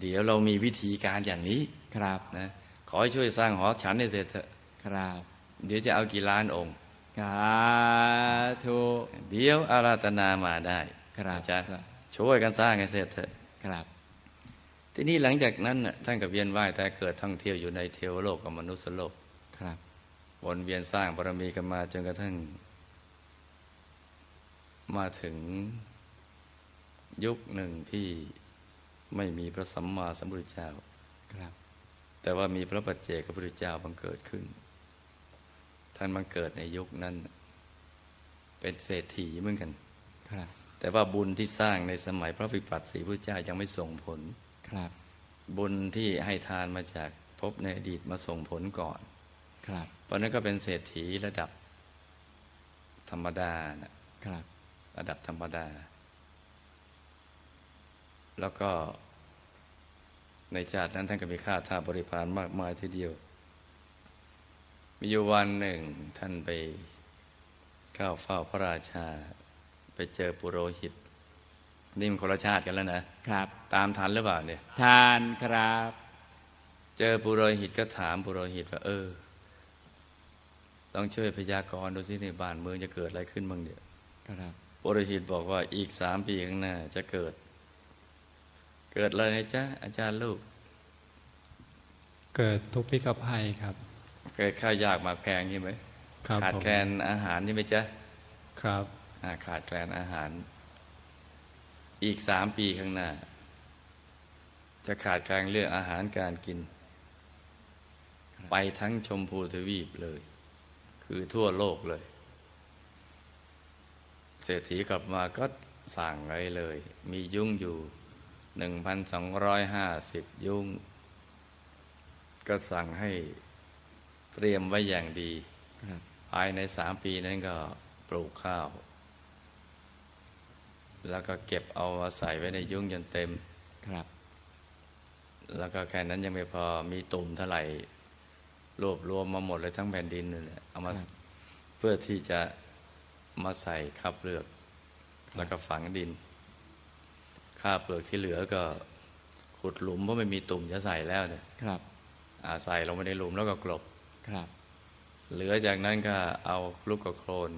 S1: เดี๋ยวเรามีวิธีการอย่างนี้
S2: ครับ
S1: นะขอให้ช่วยสร้างหอฉันให้เสร็จเถอะ
S2: ครับ
S1: เดี๋ยวจะเอากี่ล้านองค์
S2: สาธุ
S1: เดี๋ยวอาราธนามาได้
S2: ครับ
S1: นะจ๊ะ
S2: ครับ
S1: ช่วยกันสร้างให้เสร็จเถอะ
S2: ครับ
S1: ทีนี้หลังจากนั้นน่ะท่านกับเวียนว่ายแต่เกิดท่องเที่ยวอยู่ในเทวโลกกับมนุษยโลก
S2: ครับ
S1: วนเวียนสร้างบารมีกันมาจนกระทั่ง มาถึงยุคหนึ่งที่ไม่มีพระสัมมาสัมพุทธเจ้า
S2: ครับ
S1: แต่ว่ามีพระปัจเจกพระพุทธเจ้าบังเกิดขึ้น ท่านบังเกิดในยุคนั้น เป็นเศรษฐีเหมือนกัน
S2: ครับ
S1: แต่ว่าบุญที่สร้างในสมัยพระวิปัสสีพุทธเจ้ายังไม่ส่งผล
S2: ครับ
S1: บุญที่ให้ทานมาจากภพในอดีตมาส่งผลก่อน
S2: ครับ
S1: เพราะนั้นก็เป็นเศรษฐีระดับธรรมดานะ
S2: ครับ
S1: ระดับธรรมดา แล้วก็ในชาตินั้นท่านก็มีค่าท่าสบริพารมากมายทีเดียว มีอยู่วันหนึ่งท่านไปเข้าเฝ้าพระราชา ไปเจอปุโรหิต นี่มันคนละชาติกันแล้วนะ
S2: ครับ
S1: ตามทันหรือเปล่าเนี่ย
S2: ทานครับ
S1: เจอปุโรหิตก็ถามปุโรหิตว่าเออต้องช่วยพยากรณ์ดูสิในบ้านเมืองจะเกิดอะไรขึ้นบ้างเนี่ย
S2: ครับ
S1: ปุโรหิตบอกว่าอีกสามปีข้างหน้าจะเกิด เกิดอะไรนะจ๊ะอาจารย์ลูก
S3: เกิดทุพพิกภัยครับ
S1: เกิดข้าวยากหมากแพงใช่ไหม
S3: ครับ
S1: ขาด
S3: ผม
S1: แคลนอาหารใช่ไหมจ๊ะ
S3: ครับ
S1: อ่าขาดแคลนอาหาร อีกสามปีข้างหน้า จะขาดแคลนเรื่องอาหารการกิน ไปทั้งชมพูทวีปเลย คือทั่วโลกเลย เศรษฐีกลับมาก็สั่งไว้เลย มียุ้งอยู่ 1,250 ยุ้ง ก็สั่งให้เตรียมไว้อย่างดี
S2: ครับ
S1: ภายในสามปีนั้นก็ปลูกข้าว แล้วก็เก็บเอามาใส่ไว้ในยุ้งจนเต็ม
S2: ครับ
S1: แล้วก็แค่นั้นยังไม่พอมีตุ่มเท่าไหร่รวบรวมมาหมดเลยทั้งแผ่นดินนั่นแหละเอามาเพื่อที่จะมาใส่ข้าวเปลือก แล้วก็ฝังดินข้าวเปลือกที่เหลือก็ขุดหลุมเพราะไม่มีตุ่มจะใส่แล้วเนี่ย
S2: ครับ
S1: อาใส่ลงไปในหลุมแล้วก็กลบ
S2: ครับ
S1: เหลือจากนั้นก็เอาลูกกระโคลน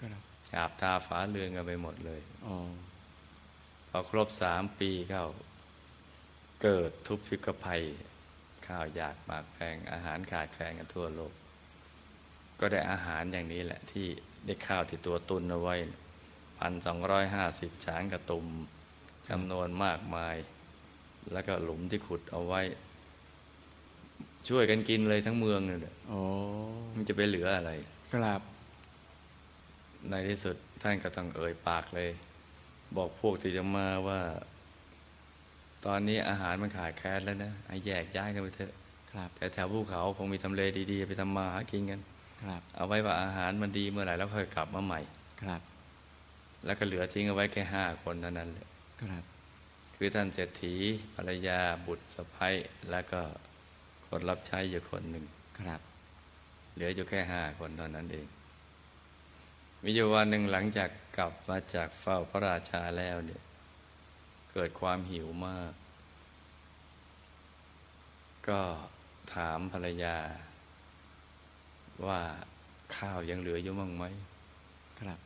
S2: ครับ
S1: ฉาบทาฝาเรือนกันไปหมดเลย
S2: โอ้
S1: พอครบสามปีเข้า เกิดทุพพิกภัย ข้าวยากหมากแพงอาหารขาดแคลนกันทั่วโลก ก็ได้อาหารอย่างนี้แหละ ที่ได้ข้าวที่ตัวตุนเอาไว้พันสองร้อยห้าสิบช้างกระตุมจำนวนมากมาย แล้วก็หลุมที่ขุดเอาไว้ ช่วยกันกินเลยทั้งเมืองเลย
S2: โอ้
S1: มันจะไปเหลืออะไร
S2: ครับ
S1: ในที่สุดท่านก็ต้องเอ่ยปากเลย บอกพวกที่จะมาว่า ตอนนี้อาหารมันขาดแคลนแล้วนะให้แยกย้ายกันไปเถอะ
S2: ครับ
S1: แต่แถวภูเขาคงมีทำเลดีๆ ไปทำมาหากินกัน
S2: ครับ
S1: เอาไว้ว่าอาหารมันดีเมื่อไหร่แล้วค่อยกลับมาใหม่
S2: ครับ
S1: แล้วก็เหลือทิ้งเอาไว้แค่ห้าคนเท่านั้นแหละ
S2: ครับ
S1: คือท่านเศรษฐีภรรยาบุตรสะพ้ยแล้วก็คนรับใช้อยู่คนหนึ่ง
S2: ครับ
S1: เหลืออยู่แค่ห้าคนเท่านั้นเอง มีอยู่วันหนึ่งหลังจากกลับมาจากเฝ้าพระราชาแล้วเนี่ย เกิดความหิวมาก ก็ถามภรรยา ว่าข้าวยังเหลืออยู่มั้างไหม
S2: ครับ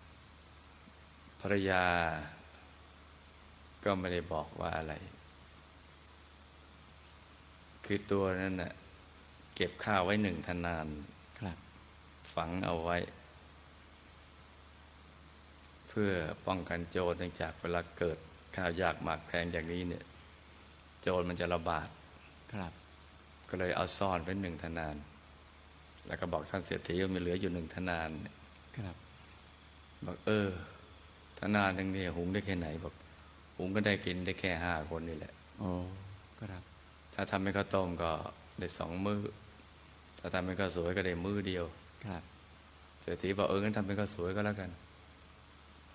S1: ภรรยา ก็ไม่ได้บอกว่าอะไร คือตัวนั้นน่ะเก็บข้าวไว้หนึ่งทนาน
S2: ครับ
S1: ฝังเอาไว้ เพื่อป้องกันโจรเนื่องจากเวลาเกิดข้าวยากหมากแพงอย่างนี้เนี่ย โจรมันจะระบาด
S2: ครับ
S1: ก็เลยเอาซ่อนไว้หนึ่งธนาน แล้วก็บอกท่านเศรษฐีว่ามีเหลืออยู่หนึ่งธนานเนี่ย
S2: ครับ
S1: บอกเออธนานหนึ่งเนี่ยหุงได้แค่ไหนบอกหุงก็ได้กินได้แค่ห้าคนนี่แหละ
S2: โอ้ครับ
S1: ถ้าทำให้ข้าวต้มก็ได้สองมือ้อถ้าทำให้ข้าวสวยก็ได้มื้อเดียว
S2: ครับ
S1: เศรษฐีบอกเอองั้นทำเป็นข้าวสวยก็แล้วกัน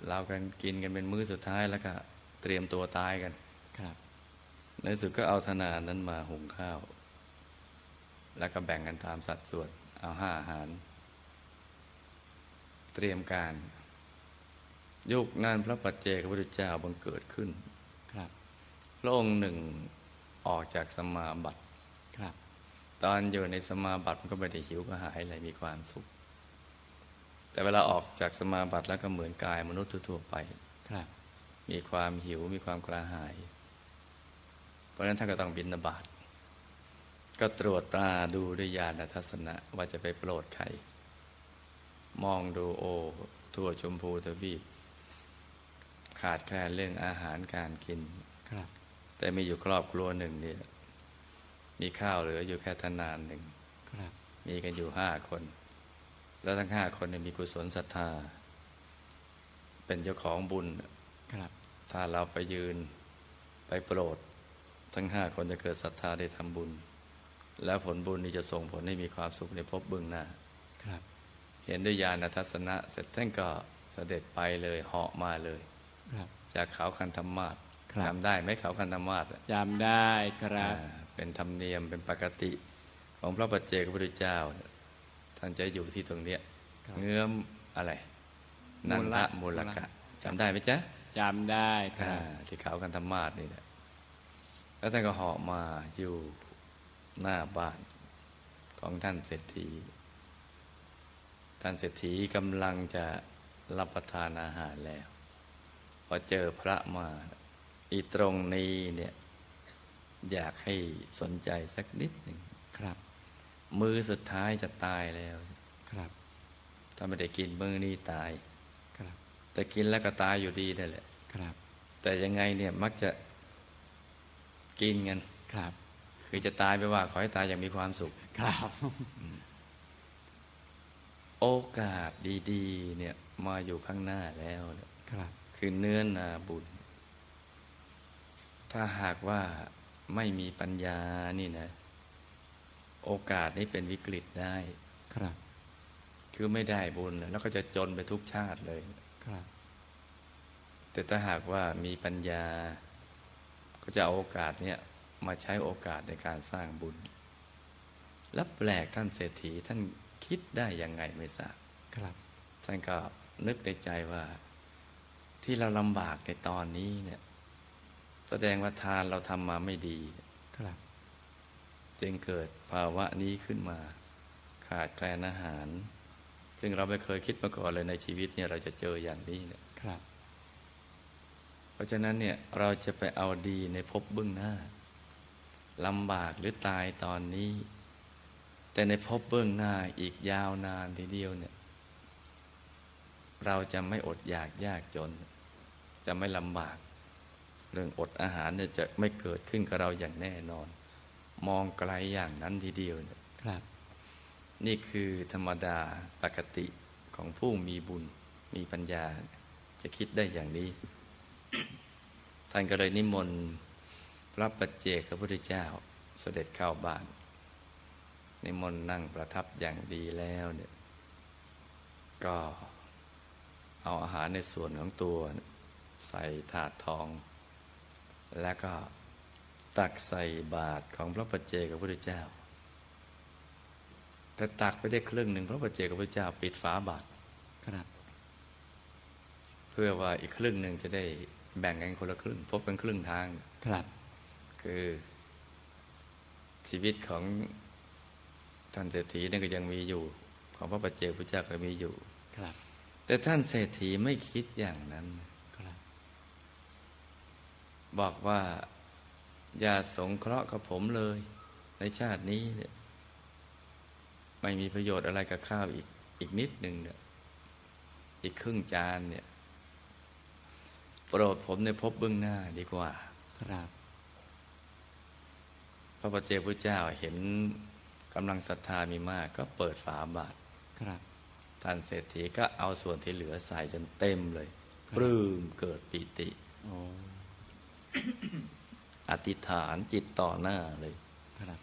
S1: เรากันกินกันเป็นมื้อสุดท้ายแล้วก็เตรียมตัวตายกัน
S2: ครับ
S1: ในที่สุดก็เอาธนานั้นมาหุงข้าว แล้วก็แบ่งกันตามสัดส่วน เอาห้าอาหาร เตรียมการ ยุคนั้นพระปัจเจกพระพุทธเจ้าบังเกิดขึ้น
S2: ครับ
S1: พระองค์หนึ่งออกจากสมาบัติ
S2: ครับ
S1: ตอนอยู่ในสมาบัติมันก็ไม่ได้หิวก็หายอะไรมีความสุข แต่เวลาออกจากสมาบัติแล้วก็เหมือนกายมนุษย์ทั่วๆไป
S2: ครับ
S1: มีความหิวมีความกระหาย เพราะฉะนั้นท่านก็ต้องบินบาตก็ตรวจตราดูด้วยญาณทัศนะว่าจะไปโปรดใคร มองดูโอ ทั่วชมพูทวีปขาดแคลนเรื่องอาหารการกิน
S2: ครับ
S1: แต่มีอยู่ครอบครัวหนึ่งเนี่ยมีข้าวเหลืออยู่แค่ทนานหนึ่ง
S2: ครับ
S1: มีกันอยู่ห้าคน แล้วทั้งห้าคนเนี่ยมีกุศลศรัทธา เป็นเจ้าของบุญ
S2: ครับ
S1: ถ้าเราไปยืนไปโปรด ทั้งห้าคนจะเกิดศรัทธาได้ทำบุญ และผลบุญนี้จะส่งผลให้มีความสุขในภพเบื้องหน้า
S2: ครับ
S1: เห็นด้วยญาณทัศนะ เสร็จท่านก็เสด็จไปเลยเหาะมาเลย
S2: ครับ
S1: จากเขาคันธรรมาส
S2: ครับ
S1: จำได้ไหมเขาคันธรรมาสอะ
S2: จำได้ครับ
S1: อ่าเป็นธรรมเนียมเป็นปกติของพระปัจเจกพระพุทธเจ้าเนี่ยท่านจะอยู่ที่ตรงเนี้ย
S2: ครับ
S1: เงื้อมอะไรนันทะ
S2: มู
S1: มู
S2: ล
S1: ล
S2: ละ
S1: กะจำได้ไหมจ๊ะ
S2: จำได้ค
S1: อ่า
S2: รับ
S1: ที่เขากันธรรมาสนี่แหละแล้วท่านก็เหาะมาอยู่หน้าบ้านของท่านเศรษฐีท่านเศรษฐีกำลังจะรับประทานอาหารแล้ว พอเจอพระมา อีตรงนี้เนี่ย อยากให้สนใจสักนิดหนึ่ง
S2: ครับ
S1: มือสุดท้ายจะตายแล้ว
S2: ครับ
S1: ถ้าไม่ได้กินมือนี้ตาย
S2: ครับ
S1: แต่กินแล้วก็ตายอยู่ดีนั่นแหละ
S2: ครับ
S1: แต่ยังไงเนี่ยมักจะกินกัน
S2: ครับ
S1: คือจะตายไปว่า ขอให้ตายอย่างมีความสุข
S2: ครับ
S1: โอกาสดีๆ เนี่ยมาอยู่ข้างหน้าแล้ว
S2: ครับ
S1: คือเนื้อนาบุญ ถ้าหากว่าไม่มีปัญญานี่นะ โอกาสนี้เป็นวิกฤตได้
S2: ครับ
S1: คือไม่ได้บุญ แล้วก็จะจนไปทุกชาติเลย
S2: ครับ
S1: แต่ถ้าหากว่ามีปัญญา ก็จะเอาโอกาสเนี่ยมาใช้โอกาสในการสร้างบุญ และแปลกท่านเศรษฐีท่านคิดได้ยังไงไม่ทราบ
S2: ครับ
S1: ท่านก็นึกในใจว่า ที่เราลำบากในตอนนี้เนี่ย แสดงว่าทานเราทำมาไม่ดี
S2: ครับ
S1: จึงเกิดภาวะนี้ขึ้นมา ขาดแคลนอาหาร ซึ่งเราไม่เคยคิดมาก่อนเลยในชีวิตเนี่ยเราจะเจออย่างนี้เนี่ย
S2: ครับ
S1: เพราะฉะนั้นเนี่ยเราจะไปเอาดีในภพเบื้องหน้า ลำบากหรือตายตอนนี้ แต่ในภพเบื้องหน้าอีกยาวนานทีเดียวเนี่ย เราจะไม่อดอยากยากจน จะไม่ลำบาก เรื่องอดอาหารเนี่ยจะไม่เกิดขึ้นกับเราอย่างแน่นอน มองไกลอย่างนั้นทีเดียวเนี่ย
S2: ครับ
S1: นี่คือธรรมดาปกติของผู้มีบุญมีปัญญาจะคิดได้อย่างนี้ ท่านก็เลยนิมนต์พระปัจเจกพระพุทธเจ้าเสด็จเข้าบ้าน นิมนต์นั่งประทับอย่างดีแล้วเนี่ย ก็เอาอาหารในส่วนของตัวเนี่ยใส่ถาดทอง แล้วก็ตักใส่บาตรของพระปัจเจกพระพุทธเจ้า แต่ตักไปได้ครึ่งหนึ่งพระปัจเจกพระพุทธเจ้าปิดฝาบาตร
S2: ครับ
S1: เพื่อว่าอีกครึ่งหนึ่งจะได้แบ่งกันคนละครึ่ง พบกันครึ่งทาง
S2: ครับ
S1: คือชีวิตของท่านเศรษฐีนั่นก็ยังมีอยู่ ของพระปัจเจกพระพุทธเจ้าก็มีอยู่
S2: ครับ
S1: แต่ท่านเศรษฐีไม่คิดอย่างนั้น
S2: ครับ
S1: บอกว่าอย่าสงเคราะห์กับผมเลย ในชาตินี้เนี่ย ไม่มีประโยชน์อะไรกับข้าวอีกอีกนิดหนึ่งเนี่ย อีกครึ่งจานเนี่ย โปรดผมในพบเบื้องหน้าดีกว่า
S2: ครับ
S1: พระปัจเจกพุทธเจ้าเห็นกำลังศรัทธามีมาก ก็เปิดฝาบาท
S2: ครับ
S1: ท่านเศรษฐีก็เอาส่วนที่เหลือใส่จนเต็มเลย
S2: ครับ
S1: ปลื้มเกิดปิติ
S2: โอ้
S1: อธิษฐานจิตต่อหน้าเลย
S2: ครับ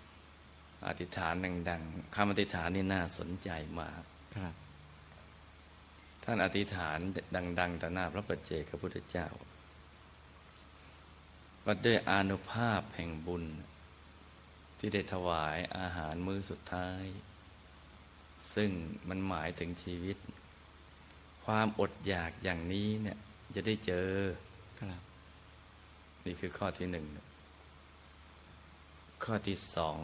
S1: อธิษฐานดังๆคำอธิษฐานนี่น่าสนใจมาก
S2: ครับ
S1: ท่านอธิษฐานดัง ๆต่อหน้าพระปัจเจกพระพุทธเจ้าว่าด้วยอานุภาพแห่งบุญ ที่ได้ถวายอาหารมื้อสุดท้าย ซึ่งมันหมายถึงชีวิต ความอดอยากอย่างนี้เนี่ยจะได้เจอ
S2: ครับ
S1: นี่คือข้อที่หนึ่ง ข้อที่สอง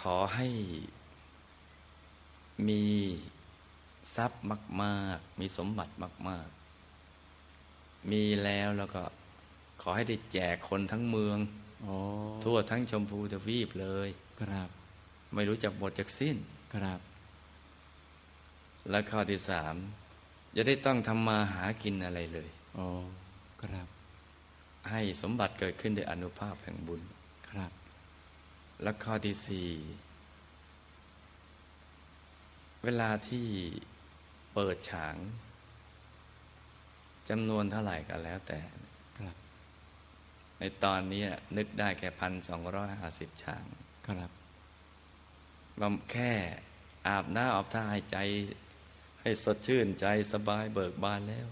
S1: ขอให้ มีทรัพย์มาก ๆ มีสมบัติมาก ๆ มีแล้วแล้วก็ขอให้ได้แจกคนทั้งเมือง
S2: โอ้
S1: ทั่วทั้งชมพูทวีปเลย
S2: ครับ
S1: ไม่รู้จักหมดจากสิ้น
S2: ครับ
S1: และข้อที่สามอย่าได้ต้องทำมาหากินอะไรเลย
S2: โอ้ ครับ
S1: ให้สมบัติเกิดขึ้นด้วยอนุภาพแห่งบุญ
S2: ครับ
S1: และข้อที่สี่เวลาที่เปิดฉางจำนวนเท่าไหร่ก็แล้ว แต่
S2: ครับ
S1: ในตอนนี้นึกได้แค่พันสองร้อยห้าสิบฉาง
S2: ครับ
S1: บำแค่อาบน้าอาบท่าให้ใจ ให้สดชื่นใจสบายเบิกบานแล้ว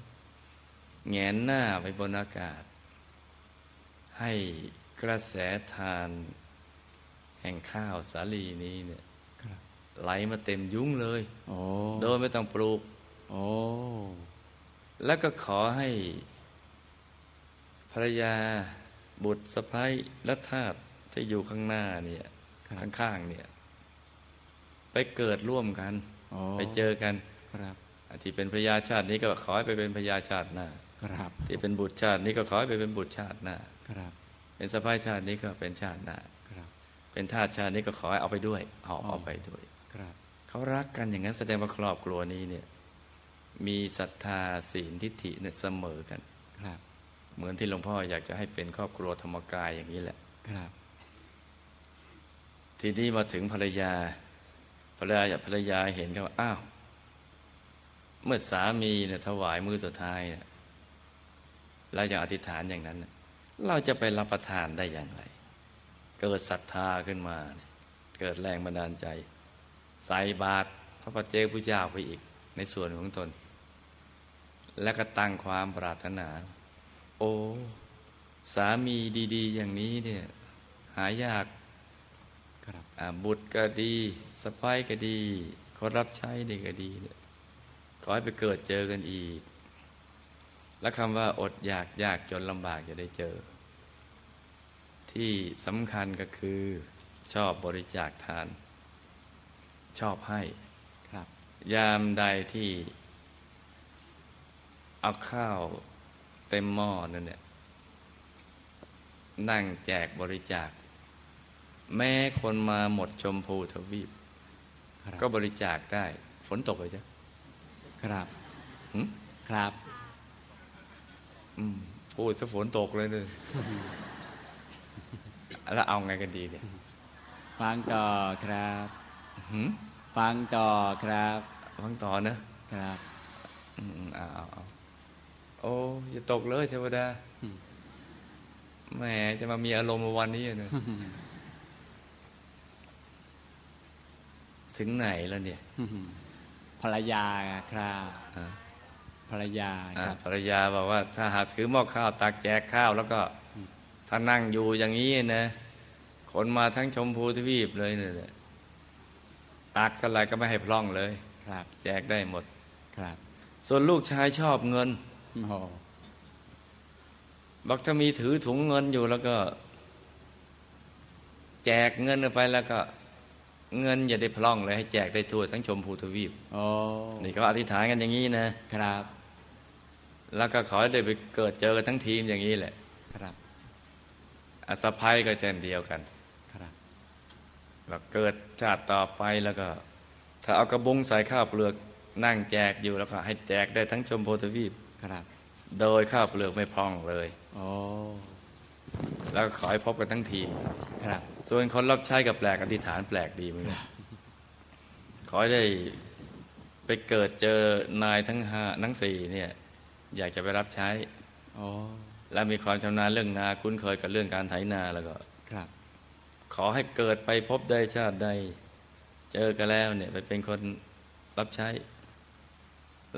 S1: แงนหน้าไปบนอากาศ ให้กระแสทาน แห่งข้าวสาลีนี้เนี่ย
S2: ครับ
S1: ไหลมาเต็มยุ้งเลย
S2: โอ้
S1: โดยไม่ต้องปลูก
S2: โอ้
S1: แล้วก็ขอให้ภรรยาบุตรสะพ้ยและทาสที่อยู่ข้างหน้าเนี่ย
S2: ครับ
S1: ข้างๆเนี่ย ไปเกิดร่วมกัน
S2: โอ้
S1: ไปเจอกัน
S2: ครับ
S1: ที่เป็นภรรยาชาตินี้ก็ขอให้ไปเป็นภรรยาชาติหน้า
S2: ครับ
S1: ที่เป็นบุตรชาตินี้ก็ขอให้ไปเป็นบุตรชาติหน้า
S2: ครับ
S1: เป็นสะพ้ยชาตินี้ก็เป็นชาติหน้า
S2: ครับ
S1: เป็นทาสชาตินี้ก็ขอให้เอาไปด้วยเอา
S2: อ๋อ
S1: เอาไปด้วย
S2: ครับ
S1: เขารักกันอย่างนั้นแสดงว่าครอบครัวนี้เนี่ย มีศรัทธาศีลทิฏฐิเนี่ยเสมอกัน
S2: ครับ
S1: เหมือนที่หลวงพ่ออยากจะให้เป็นครอบครัวธรรมกายอย่างนี้แหละ
S2: ครับ
S1: ทีนี้มาถึงภรรยา ภรรยาภรรยาเห็นก็ว่าอ้าว เมื่อสามีเนี่ยถวายมือสุดท้ายเนี่ยเรายังอธิษฐานอย่างนั้นน่ะเราจะไปรับประทานได้อย่างไร เกิดศรัทธาขึ้นมา เกิดแรงบันดาลใจ ใส่บาตรพระปัจเจกพุทธเจ้าไปอีกในส่วนของตน และก็ตั้งความปรารถนา โอ้ สามีดี ๆ อย่างนี้เนี่ย หายาก
S2: ครับ
S1: อ่าบุตรก็ดีสะพ้ายก็ดีคนรับใช้นี่ก็ดีเนี่ยขอให้ไปเกิดเจอกันอีก และคำว่าอดอยากยากจนลำบากจะได้เจอ ที่สำคัญก็คือชอบบริจาคทาน ชอบให้
S2: ครับ
S1: ยามใดที่ เอาข้าวเต็มหม้อนั่นเนี่ย นั่งแจกบริจาค แม้คนมาหมดชมพูทวีป
S2: ครับ
S1: ก็บริจาคได้ ฝนตกไปจ้ะ
S2: ครับ
S1: หึ
S2: ครับ
S1: อืมพูดถ้าฝนตกเลย เนี่ยแล้วเอาไงกันดีเนี่ย
S2: ฟังต่อครับ
S1: หึ
S2: ฟังต่อครับ
S1: ฟังต่อนะ
S2: ครับ
S1: อืมอืมเอาเอาเอาโอ้อย่าตกเลยเทวดา
S2: อืม
S1: แหมจะมามีอารมณ์วันนี้อะเนอะ ถึงไหนแล้วเนี่ย
S2: ภรรยาครับ
S1: อ่ะ
S2: ภรรยา
S1: อ่ะ
S2: ครับ
S1: ภรรยาบอกว่า ถ้าหากถือหม้อข้าวตักแจกข้าว แล้วก็ถ้านั่งอยู่อย่างนี้นะคนมาทั้งชมพูทวีปเลยเนี่ยตักเท่าไหรก็ไม่ให้พร่องเลย
S2: ครับ
S1: แจกได้หมด
S2: ครับ
S1: ส่วนลูกชายชอบเงิน
S2: โอ้โห
S1: บอกถ้ามีถือถุงเงินอยู่แล้วก็ แจกเงินออกไปแล้วก็ เงินอย่าได้พล่องเลยให้แจกได้ทั่วทั้งชมพูทวีป
S2: โอ้
S1: นี่เขาอธิษฐานกันอย่างนี้นะครับ แล้วก็ขอให้ได้ไปเกิดเจอกันทั้งทีมอย่างนี้แหละ
S2: ครับ
S1: อาสะพายก็เช่นเดียวกัน
S2: ครับ
S1: แล้วเกิดชาติต่อไปแล้วก็ ถ้าเอากระบุงใส่ข้าวเปลือกนั่งแจกอยู่แล้วก็ให้แจกได้ทั้งชมพูทวีป
S2: ครับ
S1: โดยข้าวเปลือกไม่พร่องเลย
S2: โอ้
S1: แล้วก็ขอให้พบกันทั้งทีม
S2: ครับ
S1: ส่วนคนรับใช้กับแปลกอธิษฐานแปลกดีเหมือนกัน ขอให้ได้ไปเกิดเจอนายทั้งห้าทั้งสี่เนี่ย อยากจะไปรับใช้
S2: โอ้
S1: และมีความชำนาญเรื่องนาคุ้นเคยกับเรื่องการไถนาแล้วก็
S2: ครับ
S1: ขอให้เกิดไปพบได้ชาติใด เจอกันแล้วเนี่ยไปเป็นคนรับใช้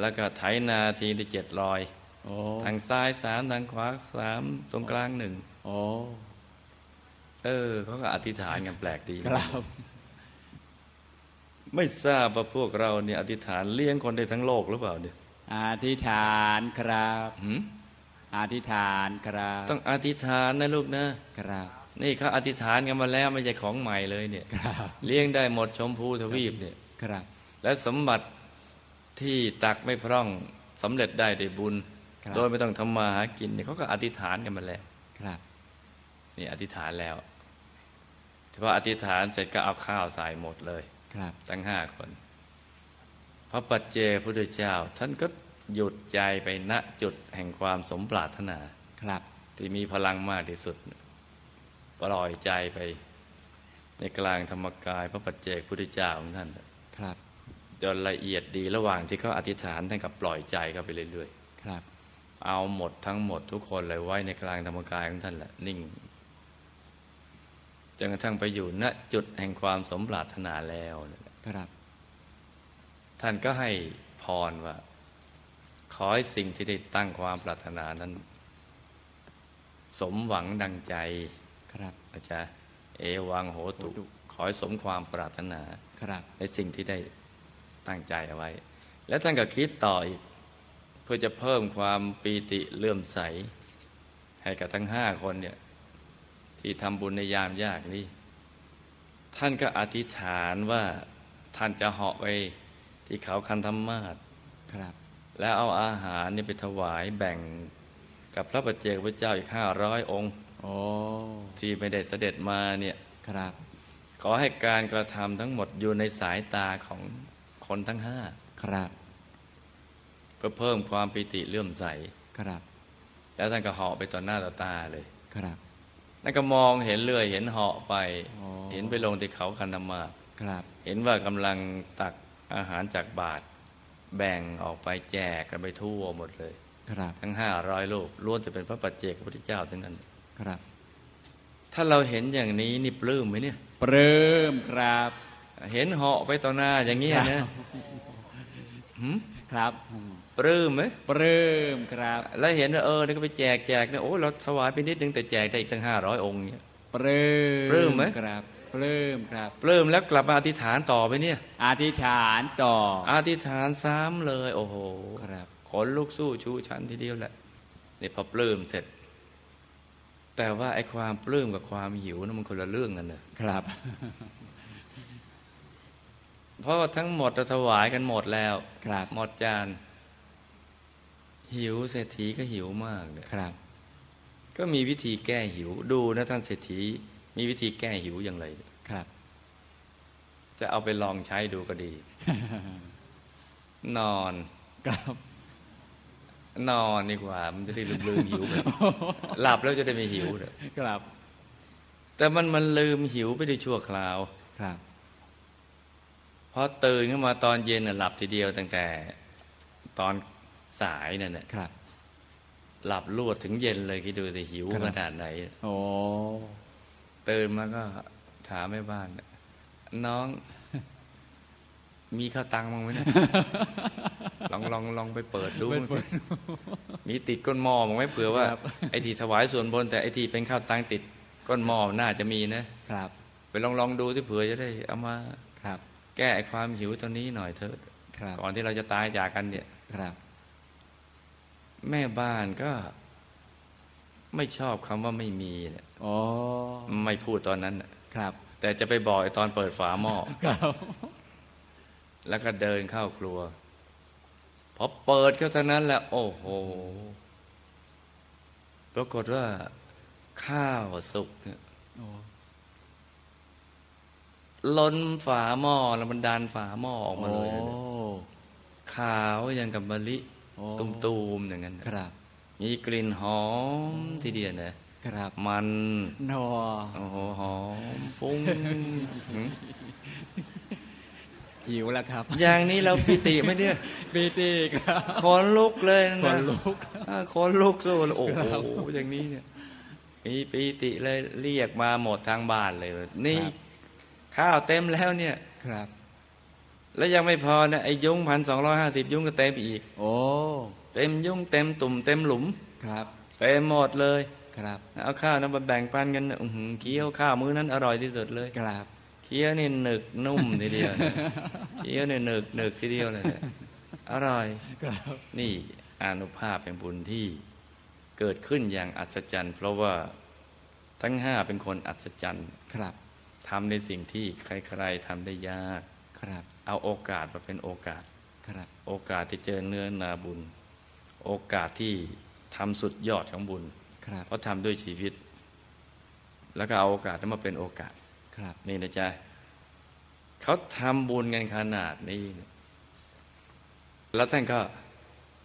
S1: แล้วก็ไถนาทีละเจ็ดรอย
S2: โอ้
S1: ทางซ้ายสามทางขวาสามตรงกลางหนึ่ง
S2: โอ้
S1: เออเขาก็อธิษฐานกันแปลกดีเหมือน
S2: ค
S1: กัน
S2: รับ
S1: ไม่ทราบว่าพวกเราเนี่ยอธิษฐานเลี้ยงคนได้ทั้งโลกหรือเปล่าเนี่ย
S2: อธิษฐานครับ
S1: หืม
S2: อธิษฐานครับ
S1: ต้องอธิษฐานนะลูกนะ
S2: ครับ
S1: นี่เขาอธิษฐานกันมาแล้วไม่ใช่ของใหม่เลยเนี่ย
S2: ครับ
S1: เลี้ยงได้หมดชมพูทวีปเนี่ย
S2: ครับ
S1: และสมบัติที่ตักไม่พร่องสำเร็จได้ด้วยบุญ
S2: ครับ
S1: โดยไม่ต้องทำมาหากินเนี่ยเขาก็อธิษฐานกันมาแล้ว
S2: ครับ
S1: นี่อธิษฐานแล้วแต่พออธิษฐานเสร็จก็เอาข้าวใส่หมดเลย
S2: ครับ
S1: ทั้งห้าคน พระปัจเจกพุทธเจ้า ท่านก็หยุดใจไปณจุดแห่งความสมปรารถนา
S2: ครับ
S1: ที่มีพลังมากที่สุด ปล่อยใจไป ในกลางธรรมกาย พระปัจเจกพุทธเจ้าของท่าน
S2: ครับ
S1: จนละเอียดดีระหว่างที่เขาอธิษฐานท่านกับปล่อยใจเข้าไปเรื่อย
S2: ครับ
S1: ๆ เอาหมดทั้งหมดทุกคนเลยไว้ในกลางธรรมกายของท่านแหละนิ่งจนกระทั่งไปอยู่ณจุดแห่งความสมปรารถนาแล้วนั่นแหละ
S2: ครับ
S1: ท่านก็ให้พรว่า ขอให้สิ่งที่ได้ตั้งความปรารถนานั้น สมหวังดังใจ
S2: ครับ
S1: นะจ๊ะเอวังโหตุ
S2: โหตุ
S1: ขอให้สมความปรารถนา
S2: ครับ
S1: ในสิ่งที่ได้ตั้งใจเอาไว้ และท่านก็คิดต่ออีก เพื่อจะเพิ่มความปีติเลื่อมใส ให้กับทั้งห้าคนเนี่ย ที่ทำบุญในยามยากนี้ ท่านก็อธิษฐานว่าท่านจะเหาะไปที่เขาคันธรรมาศ
S2: ครับ
S1: แล้วเอาอาหารเนี่ยไปถวายแบ่งกับพระปัจเจกพระเจ้าอีกห้าร้อยองค์
S2: โอ้
S1: ที่ไม่ได้เสด็จมาเนี่ย
S2: ครับ
S1: ขอให้การกระทำทั้งหมดอยู่ในสายตาของคนทั้งห้า
S2: ครับ
S1: เพื่อเพิ่มความปิติเลื่อมใส
S2: ครับ
S1: แล้วท่านก็เหาะไปต่อหน้าต่อตาเลย
S2: ครับ
S1: นั่นก็มองเห็นเรื่อยเห็นเหาะไป
S2: อ๋อ
S1: เห็นไปลงที่เขาคันธมาศ
S2: ครับ
S1: เห็นว่ากำลังตักอาหารจากบาตรแบ่งออกไปแจกกันไปทั่วหมดเลย
S2: ครับ
S1: ทั้งห้าร้อยลูกล้วนจะเป็นพระปัจเจกพระพุทธเจ้าทั้งนั้น
S2: ครับ
S1: ถ้าเราเห็นอย่างนี้นี่ปลื้มไหมเนี่ย
S2: ปลื้มครับ
S1: เห็นเหาะไปต่อหน้าอย่างเงี้ยนะหืม
S2: ครับอืม
S1: ปลื้มไหม
S2: ปลื้มครับ
S1: แล้วเห็นว่าเออนี่ก็ไปแจกแจกเนี่ยโอ้เราถวายไปนิดนึงแต่แจกได้อีกตั้งห้าร้อยองค์เนี่ย
S2: ปลื้ม
S1: ปลื้มไหม
S2: ครับปลื้มครับ
S1: ปลื้มแล้วกลับมาอธิษฐานต่อไปเนี่ย
S2: อธิษฐานต่อ
S1: อธิษฐานซ้ำเลย โอ้โห
S2: ครับ
S1: ขนลุกสู้ชูชันทีเดียวแหละนี่พอปลื้มเสร็จ แต่ว่าไอ้ความปลื้มกับความหิวนะมันคนละเรื่องกันเลย
S2: ครับ
S1: เพราะว่าทั้งหมดเราถวายกันหมดแล้ว
S2: ครับ
S1: หมดจาน หิวเศรษฐีก็หิวมากเนี่ย
S2: ครับ
S1: ก็มีวิธีแก้หิว ดูนะท่านเศรษฐี มีวิธีแก้หิวอย่างไร
S2: ครับ
S1: จะเอาไปลองใช้ดูก็ดี นอน
S2: ครับ
S1: นอนดีกว่า มันจะได้ลืมลืมหิวไปหลับแล้วจะได้ไม่หิวเด้อ
S2: ครับ
S1: แต่มันมันลืมหิวไปได้ชั่วคราว
S2: ครับ
S1: พอตื่นขึ้นมาตอนเย็นน่ะหลับทีเดียวตั้งแต่ตอนสายนั่นน่ะ
S2: ครับ
S1: หลับลวดถึงเย็นเลยคิดดูแต่หิว
S2: ครับ
S1: ขนาดไหน
S2: โอ้
S1: ตื่นมาก็ถามแม่บ้าน น้อง มีข้าวตังค์มั้างไหมเนี่ย ลองลองลองไปเปิดดูมั้งสิมีติดก้นหม้อมั้างไหมเผื่อว่า ไอ้ที่ถวายส่วนบน แต่ไอ้ที่เป็นข้าวตังค์ติดก้นหม้อน่าจะมีนะครับ ไปลองลองดูที่เผื่อจะได้เอามา
S2: ครับ
S1: แก้ไอ้ความหิวตัวนี้หน่อยเถอะ
S2: ครับ
S1: ก่อนที่เราจะตายจากกันเนี่ย
S2: ครับ
S1: แม่บ้านก็ ไม่ชอบคำว่าไม่มีเนี่ย
S2: โอ้
S1: ไม่พูดตอนนั้นน่ะ
S2: ครับ
S1: แต่จะไปบอกไอ้ตอนเปิดฝาห ม้อ
S2: ครับ
S1: แล้วก็เดินเข้าครัว พอเปิดก็เท่านั้นแหละ โอ้โห ปรากฏว่า ข้าวสุกเนี่ย
S2: โอ้
S1: ล้นฝาหม้อแล้วมันดันฝาหม้อออกมาเลยนะเนี่ย
S2: โอ้
S1: ขาวอย่างกับมะลิ
S2: โอ้
S1: ตุ่มๆอย่างนั้นนะครับ มีกลิ่นหอมทีเดียวนะครับ มัน
S2: นอ
S1: โอ้โหหอมฟุ้งหืม
S2: หิวแล้วครับ
S1: อย่างนี้เราปิติไหมเนี่ย
S2: ปีติครับ
S1: ขนลุกเลย
S2: ข
S1: นะ
S2: นลุก
S1: อ่าคนลูกสู้เลยโอ้
S2: ค
S1: โห
S2: รับ
S1: อย่างนี้เนี่ยมีปีติเลยเรียกมาหมดทางบ้านเลย นี่ข้าวเต็มแล้วเนี่ย
S2: ครับ
S1: แล้วยังไม่พอนะไอ้ยุ้งพันสองร้อยห้าสิบยุ้งก็เต็มอีก
S2: โอ้
S1: เต็มยุ้งเต็มตุ่มเต็มหลุม
S2: ครับ
S1: เต็มหมดเลย
S2: ครับ
S1: เอาข้าวนะมาแบ่งปันกันนะอื้อหือเคี้ยวข้าวมื้อนั้นอร่อยที่สุดเลย
S2: ครับ
S1: เคี้ยวนี่หนึกนุ่มทีเดียวนะเคี้ยวนี่หนึกหนึกทีเดียวเลยนะอร่อย
S2: ครับ
S1: นี่อานุภาพแห่งบุญที่เกิดขึ้นอย่างอัศจรรย์ เพราะว่าทั้งห้าเป็นคนอัศจรรย์
S2: ครับ
S1: ทำในสิ่งที่ใครๆทำได้ยาก
S2: ครับ
S1: เอาโอกาสมาเป็นโอกาส
S2: ครับ
S1: โอกาสที่เจอเนื้อนาบุญ โอกาสที่ทำสุดยอดของบุญ
S2: ครับ
S1: เพราะทำด้วยชีวิต แล้วก็เอาโอกาสนั้นมาเป็นโอกาส
S2: ครับ
S1: นี่นะจ๊ะเขาทำบุญกันขนาดนี้เนี่ยแล้วท่านก็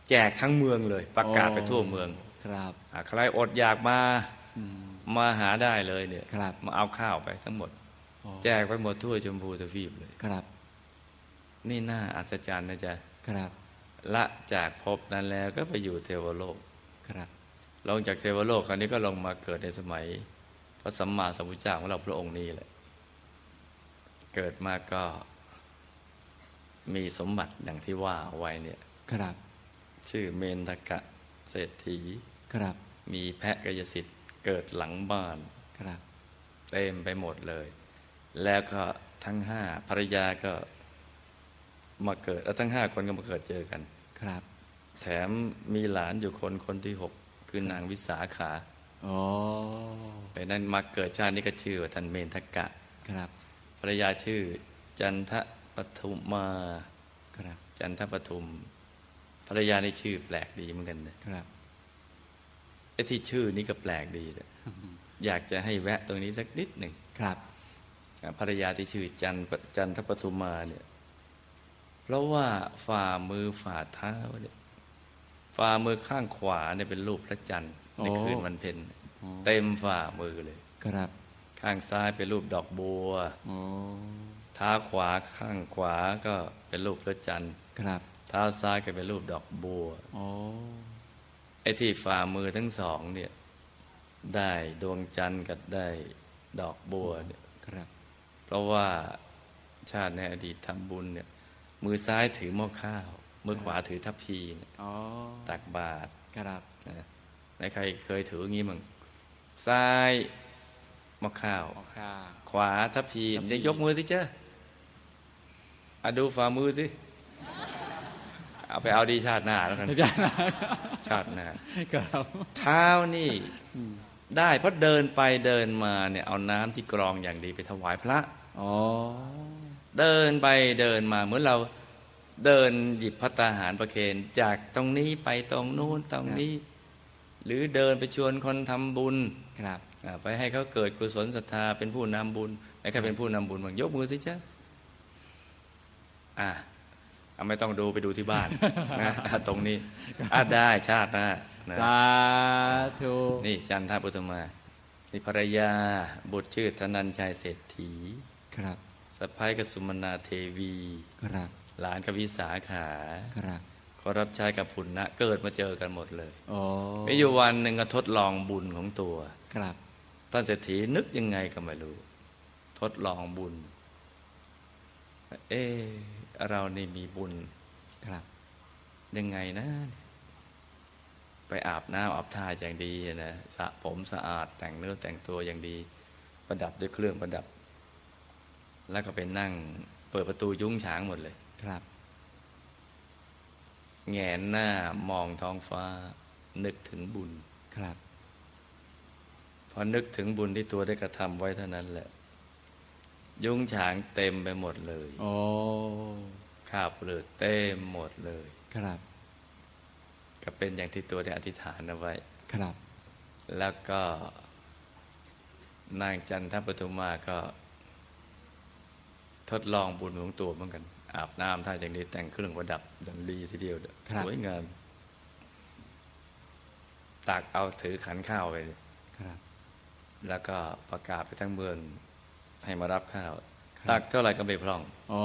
S1: แจกทั้งเมืองเลย ประกาศไปทั่วเมือง
S2: ครับ
S1: อะใครอดอยากมา
S2: อืม
S1: มาหาได้เลยเนี่ย
S2: ครับ
S1: มาเอาข้าวไปทั้งหมด
S2: โอ้
S1: แจกไปหมดทั่วชมพูทวีปเลย
S2: ครับ
S1: นี่น่าอัศจรรย์นะจ๊ะ
S2: ครับ
S1: ละจากภพนั้นแล้วก็ไปอยู่เทวโลก
S2: ครับ
S1: ลงจากเทวโลกคราวนี้ก็ลงมาเกิดในสมัย พระสัมมาสัมพุทธเจ้าของเราพระองค์นี้แหละ เกิดมาก็ มีสมบัติอย่างที่ว่าเอาไว้เนี่ย
S2: ครับ
S1: ชื่อเมนทกะเศรษฐี
S2: ครับ
S1: มีแพะกยสิทธิ์เกิดหลังบ้าน
S2: ครับ
S1: เต็มไปหมดเลย แล้วก็ทั้งห้าภรรยาก็มาเกิดแล้วทั้งห้าคนก็มาเกิดเจอกัน
S2: ครับ
S1: แถมมีหลานอยู่คนคนที่หกคือนางวิสาขา
S2: โอ้
S1: ไปนั้นมาเกิดชาตินี้ก็ชื่อว่าท่านเมนทกะ
S2: ครับ
S1: ภรรยาชื่อ จันทปทุมมา
S2: ครับ
S1: จันทปทุมภรรยาในชื่อแปลกดีเหมือนกันนะครับ ไอ้ที่ชื่อนี้ก็แปลกดีนะอยากจะให้แวะตรงนี้สักนิดหนึ่ง
S2: ครับ
S1: อ่ะภรรยาที่ชื่อจันทจันทปทุมมาเนี่ย เพราะว่าฝ่ามือฝ่าเท้าเนี่ยฝ่ามือข้างขวาเนี่ยเป็นรูปพระจันทร์ในคืนวันเพ็ญ
S2: โอ้
S1: เต็มฝ่ามือเลย
S2: ครับ
S1: ข้างซ้ายเป็นรูปดอกบัว
S2: โอ้
S1: เท้าขวาข้างขวาก็เป็นรูปพระจันทร์
S2: ครับ
S1: เท้าซ้ายก็เป็นรูปดอกบัว
S2: โอ้
S1: ไอ้ที่ฝ่ามือทั้งสองเนี่ย ได้ดวงจันทร์กับได้ดอกบัวเนี่ย
S2: ครับ
S1: เพราะว่าชาติในอดีตทำบุญเนี่ย มือซ้ายถือหม้อข้าว มือขวาถือทัพพีเนี่ย
S2: โอ้
S1: ตักบาตร
S2: ครับ
S1: นะในใครเคยถืออย่างงี้มั้งซ้ายหม้อข้าว
S2: โอ้ข้าง
S1: ขวาทัพพี
S2: ทัพพี
S1: เดี๋ยวยกมือสิเจ้าอะดูฝ่ามือสิ เอาไปเอาดีชาติหน้าแล้วกัน
S2: อาจารย์นะ
S1: ชาติหน้า
S2: ครับ
S1: เท้านี่ได้เพราะเดินไปเดินมาเนี่ยเอาน้ำที่กรองอย่างดีไปถวายพระ
S2: โอ้
S1: เดินไปเดินมาเหมือนเราเดินหยิบพัตตาหารประเคนจากตรงนี้ไปตรงนู้นตรงนี้ หรือเดินไปชวนคนทำบุญ
S2: ครับ
S1: อ่าไปให้เขาเกิดกุศลศรัทธาเป็นผู้นำบุญแล้วใครเป็นผู้นำบุญบางยกมือสิจ้ะอ่ะเอาไม่ต้องดูไปดูที่ บ้านนะอ่ะตรงนี้อ่ะได้ชาติหนะนะ
S2: สาธุ
S1: นี่จันทบุตมานี่ภรรยาบุตรชื่อธนันชัยเศรษฐี
S2: ครับ
S1: สะพ้ายกสุมนาเทวี
S2: ครับ
S1: หลานกบวิสาขา
S2: ครับ
S1: ขอรับใช้กับพุณนะเกิดมาเจอกันหมดเลย
S2: โอ้
S1: มีอยู่วันหนึ่งก็ทดลองบุญของตัว
S2: ครับ
S1: ท่านเศรษฐีนึกยังไงก็ไม่รู้ ทดลองบุญ เออเรานี่มีบุญ
S2: ครับ
S1: ยังไงนะ ไปอาบน้ำอาบท่าอย่างดีนะสระผมสะอาดแต่งเนื้อแต่งตัวอย่างดี ประดับด้วยเครื่องประดับ แล้วก็ไปนั่ง เปิดประตูยุ้งฉางหมดเลย
S2: ครับ
S1: แงนหน้ามองท้องฟ้า นึกถึงบุญ
S2: ครับ
S1: พอนึกถึงบุญที่ตัวได้กระทำไว้เท่านั้นแหละ ยุ้งฉางเต็มไปหมดเลย
S2: โอ้
S1: ข้าวเปลือกเต็มหมดเลย
S2: ครับ
S1: ก็เป็นอย่างที่ตัวได้อธิษฐานเอาไว้
S2: ครับ
S1: แล้วก็ นางจันทปทุมาก็ ทดลองบุญของตัวเหมือนกัน อาบน้ำท่าอย่างนี้แต่งเครื่องประดับดังดีทีเดียวเด้อ
S2: ครับ
S1: สวยงาม ตักเอาถือขันข้าวไปเลย
S2: ครับ
S1: แล้วก็ประกาศไปทั้งเมืองให้มารับข้าว
S2: ครับ
S1: ตักเท่าไหร่ก็ไม่พร่อง
S2: โอ้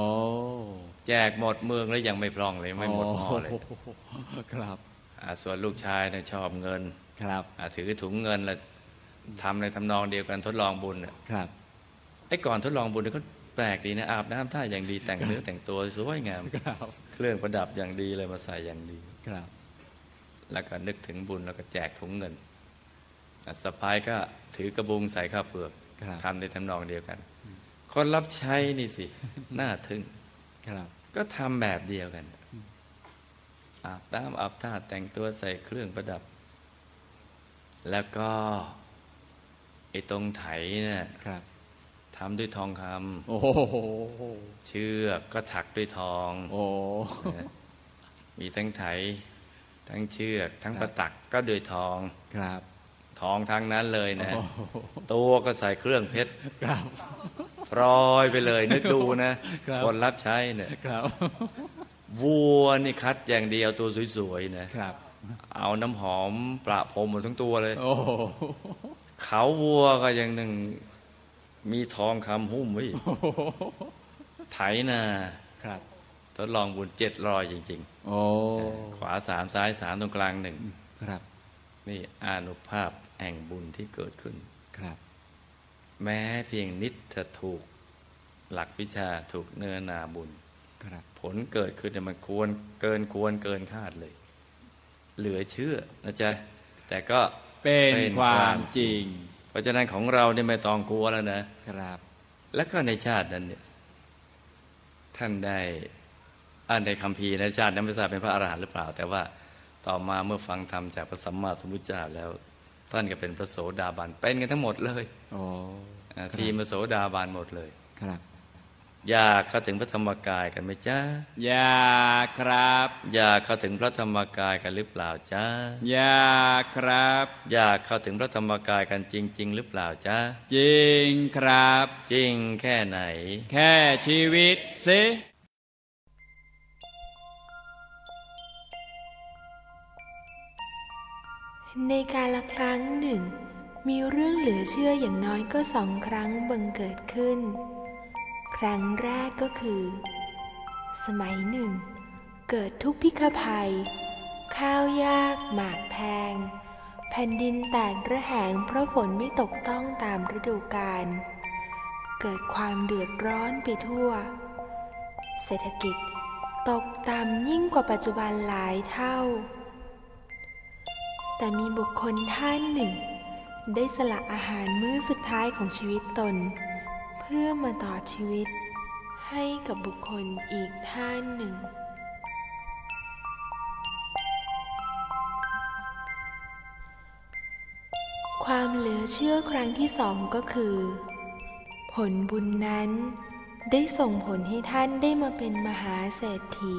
S1: แจกหมดเมืองแล้วยังไม่พร่องเลยไม่หมดหม้อเลย
S2: โครับ
S1: อ่าส่วนลูกชายเนี่ยชอบเงิน
S2: ครับ
S1: อ่าถือถุงเงินแล้วทำในทำนองเดียวกันทดลองบุญน่ะ
S2: ครับ
S1: ไอ้ก่อนทดลองบุญเนี่ยก็แปลกดีนะอาบน้ำท่าอย่างดีแต่งเนื้อแต่งตัวสวยงาม
S2: ครับ
S1: เครื่องประดับอย่างดีเลยมาใส่อย่างดี
S2: ครับ
S1: แล้วก็นึกถึงบุญแล้วก็แจกถุงเงินอ่ะสะพายก็ถือกระบุงใส่ข้าวเปลือก
S2: ครับ
S1: ทำในทำนองเดียวกัน คนรับใช้นี่สิ น่าทึ่ง
S2: ครับ
S1: ก็ทำแบบเดียวกัน อาบน้ำอาบท่าแต่งตัวใส่เครื่องประดับ แล้วก็ไอ้ตรงไถเนี่ย
S2: ครับ
S1: ทำด้วยทองค
S2: โอ้โห
S1: ำเชือกก็ถักด้วยทอง
S2: โอ้
S1: นะมีทั้งไถ ทั้งเชือก ทั้งประตักก็ด้วยทอง
S2: ครับ
S1: ทองทั้งนั้นเลยนะ
S2: โอ้
S1: ตัวก็ใส่เครื่องเพชร
S2: ครับ
S1: รอยไปเลย นึกดูนะครับ คนรับใช้เนี่ย
S2: ครับ
S1: วัวนี่คัดอย่างเดียวตัวสวยๆนะ
S2: ครับ
S1: เอาน้ำหอมประพรมหมดทั้งตัวเลย
S2: โอ้โห
S1: เขาวัวก็อยังหนึ่ง มีทองคำหุ้มไว้อีกไถนา
S2: ครับ
S1: ทดลองบุญเจ็ดรอยจริง
S2: โอ้
S1: ๆ ขวาสามซ้ายสามตรงกลางหนึ่ง
S2: ครับ
S1: นี่อานุภาพแห่งบุญที่เกิดขึ้น
S2: ครับ
S1: แม้เพียงนิดจะถูกหลักวิชาถูกเนื้อนาบุญ
S2: ครับ
S1: ผลเกิดขึ้นเนี่ยมันควรเกินควรเกินคาดเลย เหลือเชื่อนะจ๊ะแต่ก็
S2: เป็น
S1: เป็นคว
S2: คาว
S1: าม ม
S2: จริง
S1: เพราะฉะนั้นของเราเนี่ยไม่ต้องกลัวแล้วนะ
S2: ครับ
S1: แล้วก็ในชาตินั้นเนี่ยท่านได้อ่านในคัมภีร์นะชาตินั้นไม่ทราบเป็นพระอรหันต์หรือเปล่า แต่ว่าต่อมาเมื่อฟังธรรมจากพระสัมมาสัมพุทธเจ้าแล้ว ท่านก็เป็นพระโสดาบันเป็นกันทั้งหมดเลย
S2: โอ้
S1: อ่าทีมพระโสดาบันหมดเลย
S2: ครับ
S1: อยากเข้าถึงพระธรรมกายกันไหมจ้า
S2: อยาครับ
S1: อยากเข้าถึงพระธรรมกายกันหรือเปล่าจ้า
S2: อยาครับ
S1: อยากเข้าถึงพระธรรมกายกันจริง ๆ หรือเปล่าจ้า
S2: จริงครับ
S1: จริงแค่ไหน
S2: แค่ชีวิตสิ
S4: ในการละครั้งหนึ่ง มีเรื่องเหลือเชื่ออย่างน้อยก็สองครั้งบังเกิดขึ้น ครั้งแรกก็คือ สมัยหนึ่ง เกิดทุกพิฆภัย ข้าวยากหมากแพง แผ่นดินแตกระแหงเพราะฝนไม่ตกต้องตามฤดูกาลเกิดความเดือดร้อนไปทั่ว เศรษฐกิจ ตกต่ำยิ่งกว่าปัจจุบันหลายเท่า แต่มีบุคคลท่านหนึ่ง ได้สละอาหารมื้อสุดท้ายของชีวิตตน เพื่อมาต่อชีวิต ให้กับบุคคลอีกท่านหนึ่ง ความเหลือเชื่อครั้งที่สองก็คือ ผลบุญนั้นได้ส่งผลให้ท่านได้มาเป็นมหาเศรษฐี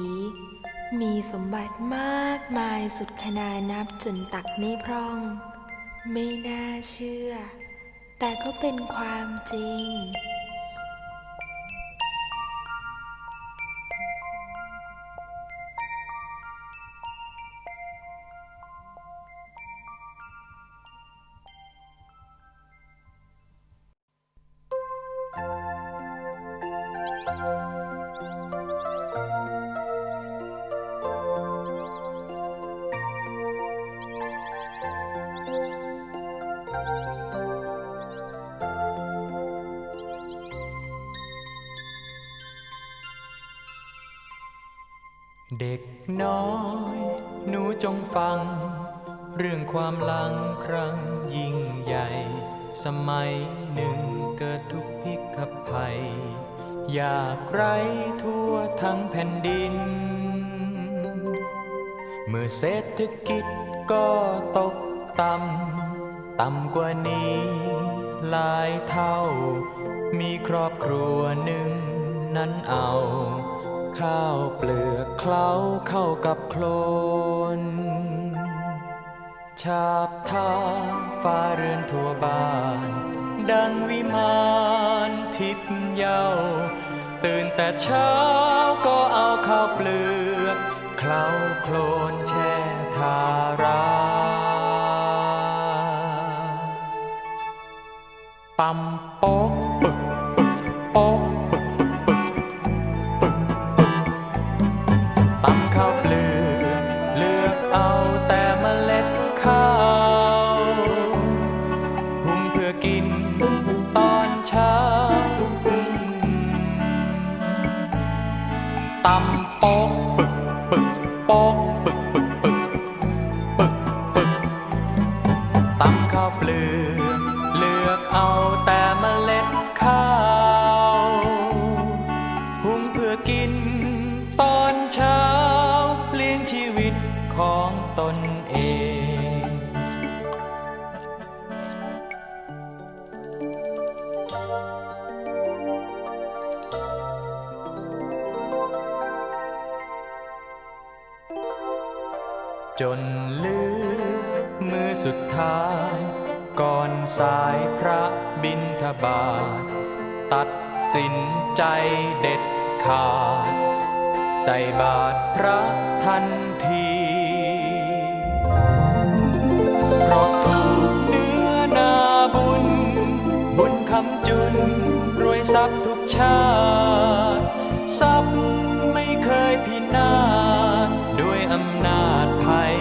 S4: มีสมบัติมากมายสุดขนานับจนตักไม่พร่อง ไม่น่าเชื่อ แต่ก็เป็นความจริง
S5: เด็กน้อย หนูจงฟัง เรื่องความหลังครั้งยิ่งใหญ่ สมัยหนึ่งเกิดทุกข์พิกภัย อยากไรทั่วทั้งแผ่นดิน เมื่อเศรษฐกิจก็ตกต่ำ ต่ำกว่านี้หลายเท่า มีครอบครัวหนึ่งนั้นเอา ข้าวเปลือกเคล้าเข้ากับโคลน ชาบทาฟ้าเรือนทั่วบ้าน ดังวิมานทิพย์เยาตื่นแต่เช้าก็เอาข้าวเปลือกเคล้าโคลนแช่ทารา ปั๊มโป๊กปึกปึกโป๊กปึกปึกปึกปึกปึกปั๊มข้าวเปลือกเลือกเอาแต่เมล็ดข้าว หุงเพื่อกินตอนเช้า ตำโป๊กปึกปึกโป๊กปึกปึกปึกปึกปึกตำข้าวเปลือกเลือกเอาแต่เมล็ดข้าว หุงเพื่อกินตอนเช้า เลี้ยงชีวิตของตนเอง จนลืมมือสุดท้าย ก่อนสายพระบินทบาท ตัดสินใจเด็ดขาด ใจบาทพระทันที เพราะถูกเนื้อนาบุญ บุญคำจุน รวยทรัพย์ทุกชาติทรัพย์ไม่เคยพินาศด้วยอำนาจภัย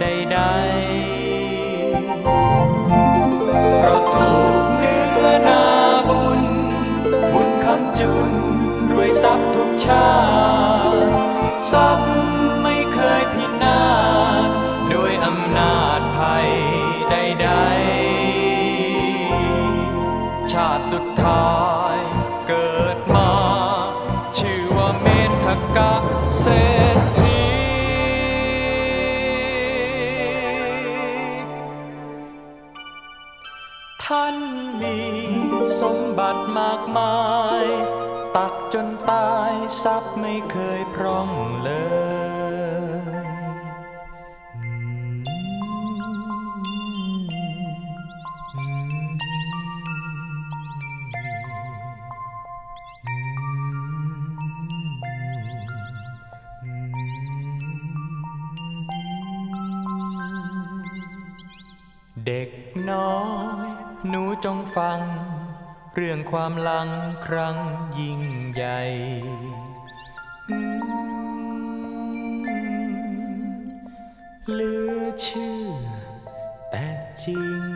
S5: ใดๆ เพราะถูกเนื้อนาบุญ บุญคำจุนรวยทรัพย์ทุกชาติทรัพย์ไม่เคยพินาศด้วยอำนาจภัยใดๆ ชาติสุดท้ายเกิดมา ชื่อว่าเมธกะเศรษฐี ท่านมีสมบัติมากมาย ตักจนตายทรัพย์ไม่เคยพร่องเลย เด็กน้อย หนูจงฟัง เรื่องความหลังครั้งยิ่งใหญ่อืมเหลือเชื่อแต่จริง